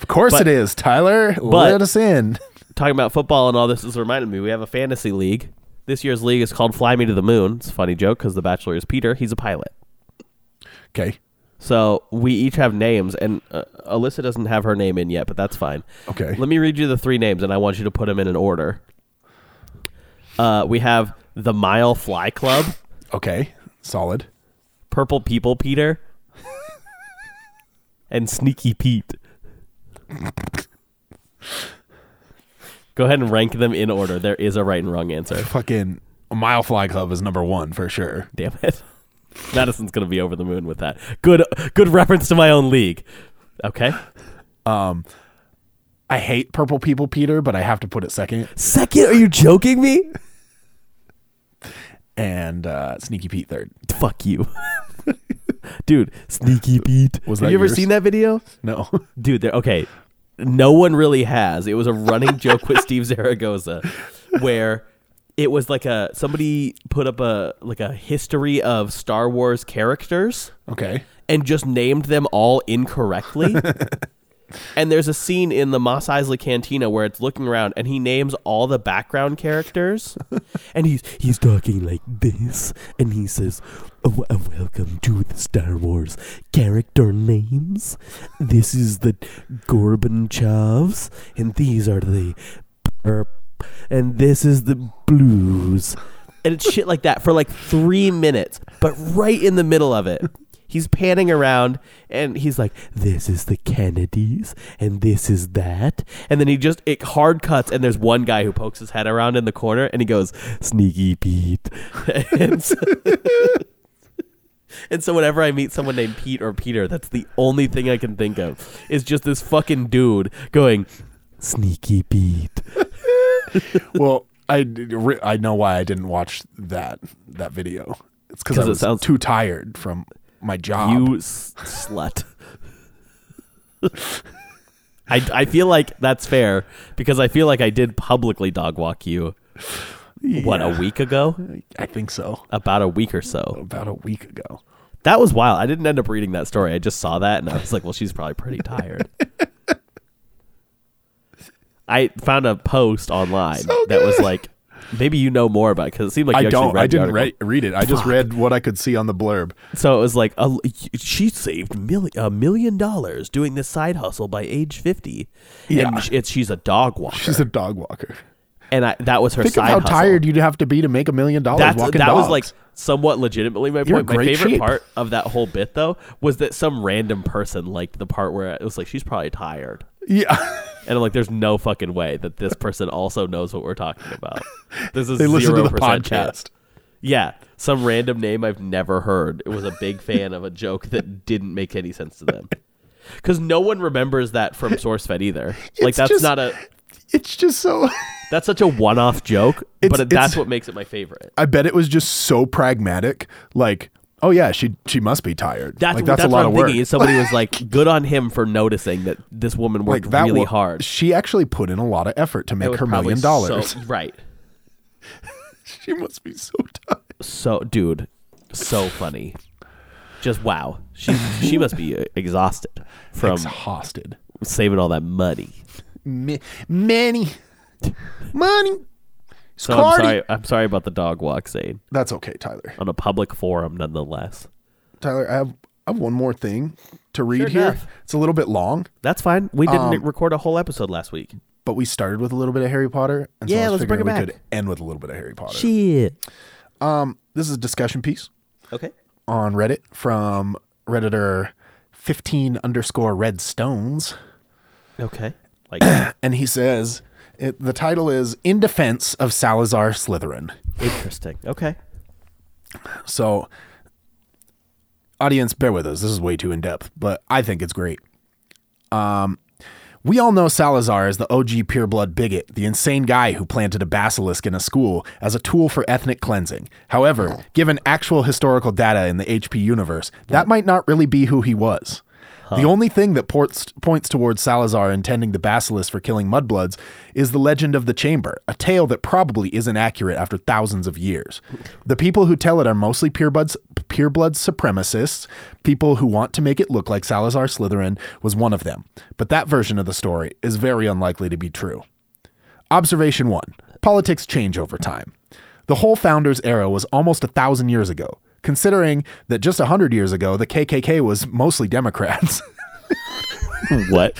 Speaker 3: Of course
Speaker 2: But-
Speaker 3: it is, Tyler. let us in. [LAUGHS]
Speaker 2: talking about football and all this is reminding me we have a fantasy league. This year's league is called Fly Me to the Moon. It's a funny joke because the bachelor is Peter. He's a pilot.
Speaker 3: Okay.
Speaker 2: So we each have names, and uh, Alyssa doesn't have her name in yet, but that's fine.
Speaker 3: Okay.
Speaker 2: Let me read you the three names, and I want you to put them in an order. Uh, we have the Mile Fly Club,
Speaker 3: Okay. Solid.
Speaker 2: Purple People Peter, and Sneaky Pete. Go ahead and rank them in order. There is a right and wrong answer.
Speaker 3: Fucking Mile Fly Club is number one for sure.
Speaker 2: Damn it. Madison's going to be over the moon with that. Good good reference to my own league. Okay.
Speaker 3: Um, I hate Purple People Peter, but I have to put it second.
Speaker 2: Second, are you joking me?
Speaker 3: And uh, Sneaky Pete third. [LAUGHS]
Speaker 2: Fuck you. [LAUGHS] dude. Sneaky beat.
Speaker 3: Was
Speaker 2: Have
Speaker 3: that
Speaker 2: you ever
Speaker 3: yours?
Speaker 2: seen that video?
Speaker 3: No.
Speaker 2: dude there okay no one really has it was a running joke
Speaker 3: [LAUGHS]
Speaker 2: with steve zaragoza where it was like a somebody put up a like a history of star wars characters
Speaker 3: Okay.
Speaker 2: and just named them all incorrectly and there's a scene in the moss isley cantina where it's looking around and he names all the background characters and he's
Speaker 4: He's talking like this, and he says, oh, uh, Welcome to the Star Wars character names. This is the Gorbachevs, and these are the. burp, And this is the blues.
Speaker 2: and it's shit like that for like three minutes. But right in the middle of it, he's panning around and he's like,
Speaker 4: This is the Kennedys, and this is that.
Speaker 2: and then he just it hard cuts and there's one guy who pokes his head around in the corner and he goes sneaky Pete. [LAUGHS] and, so, [LAUGHS] and so whenever I meet someone named Pete or Peter, that's the only thing I can think of is just this fucking dude going
Speaker 4: Sneaky Pete.
Speaker 3: well, I, d- re- I know why I didn't watch that that video. It's because I
Speaker 2: 'Cause it
Speaker 3: was
Speaker 2: sounds-
Speaker 3: too tired from my job.
Speaker 2: you s- slut. I, I feel like that's fair because I feel like I did publicly dog walk you. What a week ago?
Speaker 3: I think so.
Speaker 2: About a week or so.
Speaker 3: About a week ago.
Speaker 2: That was wild. I didn't end up reading that story. I just saw that and I was like, well, she's probably pretty
Speaker 3: [LAUGHS]
Speaker 2: tired. I found a post online that was like, maybe you know more about it because it seemed like you
Speaker 3: I
Speaker 2: actually
Speaker 3: don't.
Speaker 2: read
Speaker 3: I
Speaker 2: the
Speaker 3: didn't
Speaker 2: article.
Speaker 3: re- read it. I just read what I could see on the blurb.
Speaker 2: So it was like a, she saved mil- a million dollars doing this side hustle by age fifty,
Speaker 3: Yeah.
Speaker 2: and sh- it's she's a dog walker,
Speaker 3: She's a dog walker.
Speaker 2: and I, that was her
Speaker 3: Think of
Speaker 2: side
Speaker 3: how
Speaker 2: hustle.
Speaker 3: tired you'd have to be to make a million dollars
Speaker 2: That's,
Speaker 3: walking
Speaker 2: that was
Speaker 3: dogs.
Speaker 2: like somewhat legitimately my
Speaker 3: You're
Speaker 2: point.
Speaker 3: a
Speaker 2: My
Speaker 3: great
Speaker 2: favorite
Speaker 3: sheep.
Speaker 2: part of that whole bit though was that some random person liked the part where it was like she's probably tired,
Speaker 3: yeah. [LAUGHS]
Speaker 2: and I'm like, there's no fucking way that this person also knows what we're talking about. This is
Speaker 3: [LAUGHS] they listen to the
Speaker 2: 0%
Speaker 3: podcast.
Speaker 2: chance. Yeah, some random name I've never heard. It was a big fan of a joke that didn't make any sense to
Speaker 3: [LAUGHS]
Speaker 2: them. Cuz no one remembers that from SourceFed either. like
Speaker 3: It's
Speaker 2: that's
Speaker 3: just-
Speaker 2: not a
Speaker 3: It's just so. [LAUGHS]
Speaker 2: that's such a one-off joke,
Speaker 3: It's-
Speaker 2: but that's
Speaker 3: it's-
Speaker 2: what makes it my favorite.
Speaker 3: I bet it was just so pragmatic. Like, oh yeah, she she must be tired.
Speaker 2: That's,
Speaker 3: like,
Speaker 2: that's,
Speaker 3: that's, a
Speaker 2: what I'm
Speaker 3: lot of work.
Speaker 2: thinking. Is somebody was
Speaker 3: [LAUGHS]
Speaker 2: like, "Good on him for noticing that this woman worked
Speaker 3: like that
Speaker 2: really
Speaker 3: wa-
Speaker 2: hard."
Speaker 3: She actually put in a lot of effort to
Speaker 2: It
Speaker 3: make
Speaker 2: was
Speaker 3: her
Speaker 2: probably
Speaker 3: million dollars.
Speaker 2: so- right?
Speaker 3: [LAUGHS] she must be so tired.
Speaker 2: So, dude, so funny. Just wow. She she must be exhausted from
Speaker 3: Exhausted.
Speaker 2: saving all that money.
Speaker 3: Ma-
Speaker 2: [LAUGHS]
Speaker 3: Money, money.
Speaker 2: So
Speaker 3: Cardi-
Speaker 2: I'm sorry. I'm sorry about the dog walk, Zane,
Speaker 3: That's okay, Tyler.
Speaker 2: on a public forum, nonetheless.
Speaker 3: Tyler, I have I have one more thing to read here.
Speaker 2: enough.
Speaker 3: It's a little bit long,
Speaker 2: That's fine. We didn't
Speaker 3: Um,
Speaker 2: record a whole episode last week.
Speaker 3: but we started with a little bit of Harry Potter, and
Speaker 2: Yeah,
Speaker 3: so I was
Speaker 2: let's bring
Speaker 3: figuring
Speaker 2: it
Speaker 3: we
Speaker 2: back.
Speaker 3: could end with a little bit of Harry Potter.
Speaker 2: Shit.
Speaker 3: this is a discussion piece
Speaker 2: Okay.
Speaker 3: on Reddit from redditor fifteen underscore red stones.
Speaker 2: Okay.
Speaker 3: [COUGHS]
Speaker 2: Like that.
Speaker 3: and he says it, the title is in defense of salazar slytherin
Speaker 2: interesting. Okay.
Speaker 3: so audience bear with us this is way too in-depth but i think it's great um, we all know salazar is the og pureblood bigot the insane guy who planted a basilisk in a school as a tool for ethnic cleansing however given actual historical data in the hp universe that might not really be who he was the only thing that ports, points towards Salazar intending the basilisk for killing mudbloods is the legend of the chamber, a tale that probably isn't accurate after thousands of years. The people who tell it are mostly purebloods, pureblood supremacists, people who want to make it look like Salazar Slytherin was one of them. But that version of the story is very unlikely to be true. Observation one politics change over time. The whole founders era was almost a thousand years ago, considering that just a hundred years ago, the KKK was mostly Democrats. [LAUGHS]
Speaker 2: What?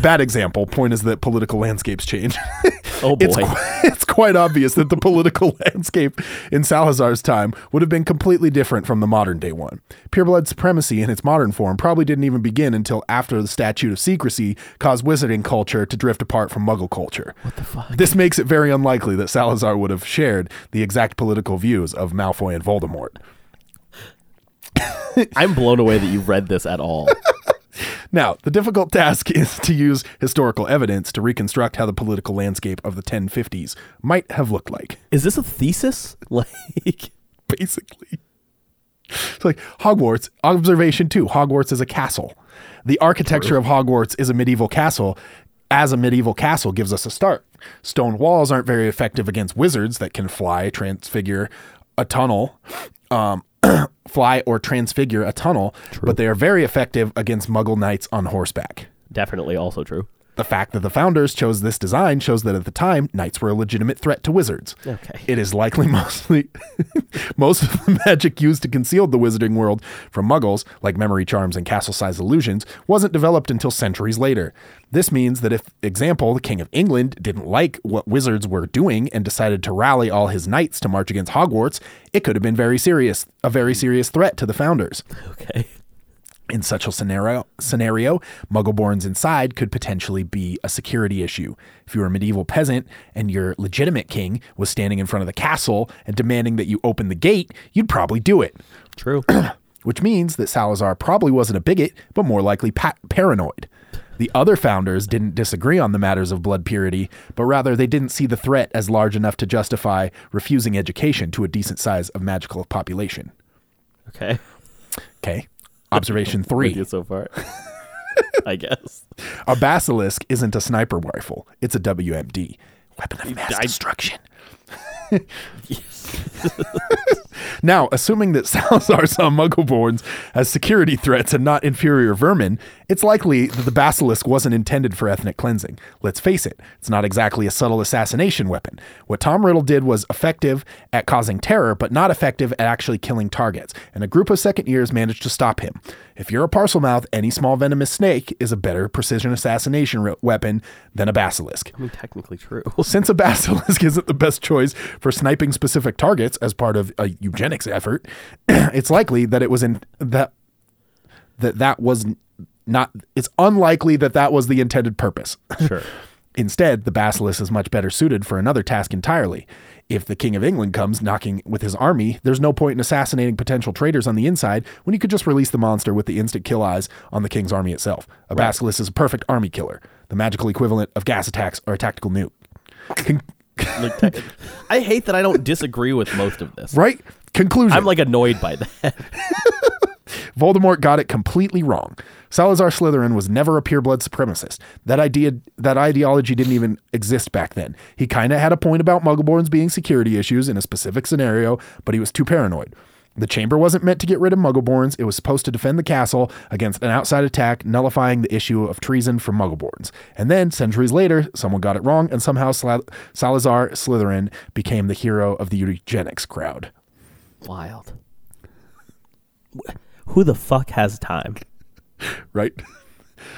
Speaker 3: Bad example. Point is that political landscapes change. [LAUGHS]
Speaker 2: Oh boy.
Speaker 3: It's, qu- [LAUGHS] it's quite obvious that the political [LAUGHS] landscape in Salazar's time would have been completely different from the modern day one. Pureblood supremacy in its modern form probably didn't even begin until after the Statute of Secrecy caused wizarding culture to drift apart from muggle culture. What the fuck? This makes it very unlikely that Salazar would have shared the exact political views of Malfoy and Voldemort.
Speaker 2: I'm blown away that you read this at all.
Speaker 3: Now, the difficult [LAUGHS] task is to use historical evidence to reconstruct how the political landscape of the 1050s might have looked like,
Speaker 2: Is this a thesis? [LAUGHS] Like
Speaker 3: basically. It's like Hogwarts, observation two Hogwarts is a castle. The architecture of Hogwarts is a medieval castle, as a medieval castle gives us a start. Stone walls aren't very effective against wizards that can fly, transfigure a tunnel, um, [CLEARS THROAT] fly or transfigure a tunnel, but they are very effective against muggle knights on horseback.
Speaker 2: Definitely also true.
Speaker 3: The fact that the founders chose this design shows that at the time, knights were a legitimate threat to wizards.
Speaker 2: Okay.
Speaker 3: It is likely [LAUGHS] mostly most of the magic used to conceal the wizarding world from muggles, like memory charms and castle size illusions, wasn't developed until centuries later. This means that if, example, the King of England didn't like what wizards were doing and decided to rally all his knights to march against Hogwarts, it could have been very serious, a very serious threat to the founders.
Speaker 2: Okay.
Speaker 3: In such a scenario, scenario, Muggleborns inside could potentially be a security issue. If you were a medieval peasant and your legitimate king was standing in front of the castle and demanding that you open the gate, you'd probably do it. [COUGHS]
Speaker 2: True.
Speaker 3: Which means that Salazar probably wasn't a bigot, but more likely pa- paranoid. The other founders didn't disagree on the matters of blood purity, but rather they didn't see the threat as large enough to justify refusing education to a decent size of magical population.
Speaker 2: okay.
Speaker 3: Okay. Observation three.
Speaker 2: With you so far. [LAUGHS] I guess.
Speaker 3: A basilisk isn't a sniper rifle; it's a WMD, weapon of mass destruction. now, assuming that [LAUGHS] Salazar saw Muggleborns as security threats and not inferior vermin, it's likely that the basilisk wasn't intended for ethnic cleansing. Let's face it; it's not exactly a subtle assassination weapon. What Tom Riddle did was effective at causing terror, but not effective at actually killing targets. And a group of second years managed to stop him. If you're a parcel mouth, any small venomous snake is a better precision assassination re- weapon than a basilisk.
Speaker 2: I mean, technically [LAUGHS] true.
Speaker 3: Since a basilisk [LAUGHS] isn't the best choice for sniping specific targets as part of a eugenics effort, [CLEARS THROAT] it's likely that it was in that that that was not it's unlikely that that was the intended purpose. [LAUGHS]
Speaker 2: Sure.
Speaker 3: Instead, the basilisk is much better suited for another task entirely. If the King of England comes knocking with his army, there's no point in assassinating potential traitors on the inside when you could just release the monster with the instant kill eyes on the King's army itself. A basilisk is a perfect army killer, the magical equivalent of gas attacks or a tactical nuke. Con- [LAUGHS]
Speaker 2: Like, tech- I hate that I don't disagree with most of this.
Speaker 3: right? Conclusion.
Speaker 2: I'm like annoyed by that.
Speaker 3: Voldemort got it completely wrong. Salazar Slytherin was never a pureblood supremacist. That idea, that ideology didn't even exist back then. He kind of had a point about Muggleborns being security issues in a specific scenario, but he was too paranoid. The chamber wasn't meant to get rid of Muggleborns. It was supposed to defend the castle against an outside attack, nullifying the issue of treason from Muggleborns. And then, centuries later, someone got it wrong, and somehow Sla- Salazar Slytherin became the hero of the eugenics crowd.
Speaker 2: Wild. Wh- Who the fuck has time?
Speaker 3: right? [LAUGHS]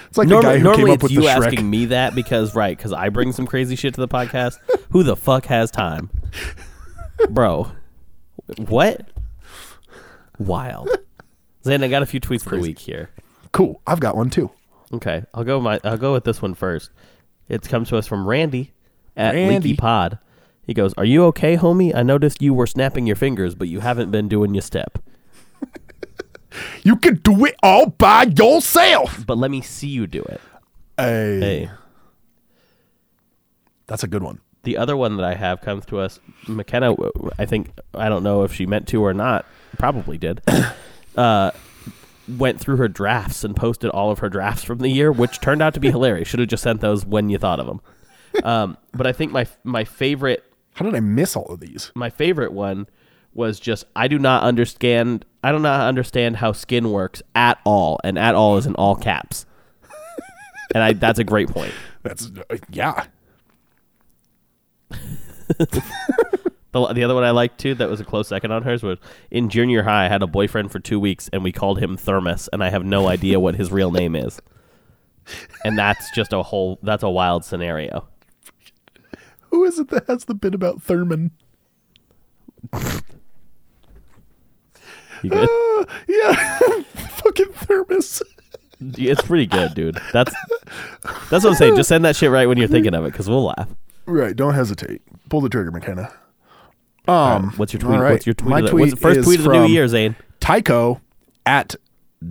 Speaker 3: It's like
Speaker 2: Norma-
Speaker 3: the guy who
Speaker 2: normally
Speaker 3: came up
Speaker 2: it's
Speaker 3: with the
Speaker 2: you
Speaker 3: Shrek.
Speaker 2: asking me that because right because I bring some crazy shit to the
Speaker 3: [LAUGHS]
Speaker 2: podcast. Who the fuck has time, bro? What? Wild. Zane, I got a few tweets per week here.
Speaker 3: Cool, I've got one too.
Speaker 2: Okay, I'll go my I'll go with this one first. It comes to us from Randy at
Speaker 3: Randy.
Speaker 2: Leaky Pod. He goes, "Are you okay, homie? I noticed you were snapping your fingers, but you haven't been doing your step.
Speaker 3: You can do it all by yourself.
Speaker 2: But let me see you do it."
Speaker 3: Hey,
Speaker 2: Hey,
Speaker 3: that's a good one.
Speaker 2: the other one that I have comes to us. McKenna, w- w- I think I don't know if she meant to or not. Probably did. [COUGHS] uh, went through her drafts and posted all of her drafts from the year, which turned out to be hilarious. Should have just sent those when you thought of them. Um, but I think my my favorite
Speaker 3: How did I miss all of these?
Speaker 2: my favorite one was just I do not understand I do not understand how skin works at all, and at all is in all caps. And I, that's a great point.
Speaker 3: That's uh, yeah.
Speaker 2: The, the other one I liked too that was a close second on hers was in junior high I had a boyfriend for two weeks and we called him Thermos and I have no idea what his real name is. And that's just a whole that's a wild scenario.
Speaker 3: Who is it that has the bit about Thurman?
Speaker 2: You good?
Speaker 3: Uh, yeah, [LAUGHS] fucking Thermos.
Speaker 2: It's pretty good, dude. That's that's what I'm saying. Just send that shit right when you're thinking of it because we'll laugh.
Speaker 3: Right, don't hesitate. Pull the trigger, McKenna. Um,
Speaker 2: What's your tweet?
Speaker 3: all right.
Speaker 2: What's your tweet?
Speaker 3: My
Speaker 2: of the,
Speaker 3: tweet
Speaker 2: what's the first
Speaker 3: is
Speaker 2: tweet of the new
Speaker 3: from
Speaker 2: year, Zane?
Speaker 3: Tycho at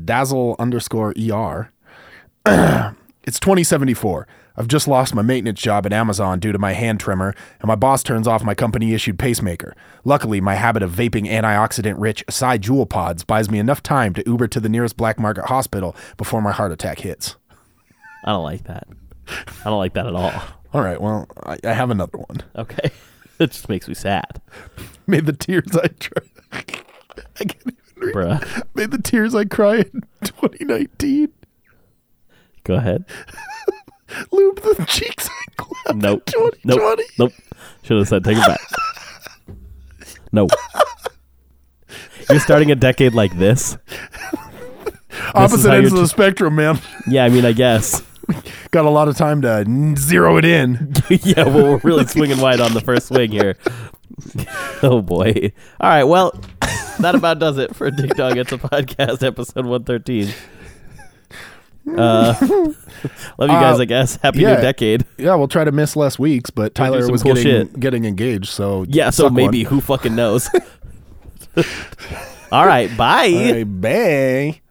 Speaker 3: dazzle underscore er E [CLEARS THROAT] It's 2074. I've just lost my maintenance job at Amazon due to my hand tremor, and my boss turns off my company issued pacemaker. Luckily, my habit of vaping antioxidant rich Psy Jewel pods buys me enough time to Uber to the nearest black market hospital before my heart attack hits.
Speaker 2: I don't like that. I don't like that at all.
Speaker 3: All right, well, I, I have another one.
Speaker 2: Okay. [LAUGHS] It just makes me sad,
Speaker 3: [LAUGHS] May the tears I cry. [LAUGHS] I can't even read.
Speaker 2: bruh.
Speaker 3: May the tears I cry in 2019
Speaker 2: Go ahead.
Speaker 3: lube the cheeks I clap. [LAUGHS]
Speaker 2: Nope.
Speaker 3: In 2020.
Speaker 2: Nope. Nope. Should have said take
Speaker 3: [LAUGHS]
Speaker 2: it back. No. You're starting a decade like this. is
Speaker 3: Opposite
Speaker 2: how
Speaker 3: ends
Speaker 2: you
Speaker 3: of the
Speaker 2: t-
Speaker 3: spectrum, man. [LAUGHS]
Speaker 2: Yeah, I mean, I guess. [LAUGHS]
Speaker 3: Got a lot of time to n- zero it in.
Speaker 2: yeah, well, we're really swinging wide on the first swing here. [LAUGHS] oh boy! All right, well, [LAUGHS] that about does it for Dick Dog. It's a podcast, episode one thirteen. Uh, [LAUGHS] love you guys.
Speaker 3: Uh,
Speaker 2: I guess happy
Speaker 3: yeah.
Speaker 2: new decade.
Speaker 3: Yeah, we'll try to miss less weeks, but
Speaker 2: We'll do
Speaker 3: Tyler
Speaker 2: some
Speaker 3: was
Speaker 2: cool
Speaker 3: getting,
Speaker 2: shit.
Speaker 3: getting engaged, so
Speaker 2: Yeah, so
Speaker 3: suck
Speaker 2: maybe
Speaker 3: one.
Speaker 2: who fucking knows? All right, bye.
Speaker 3: All right, bye.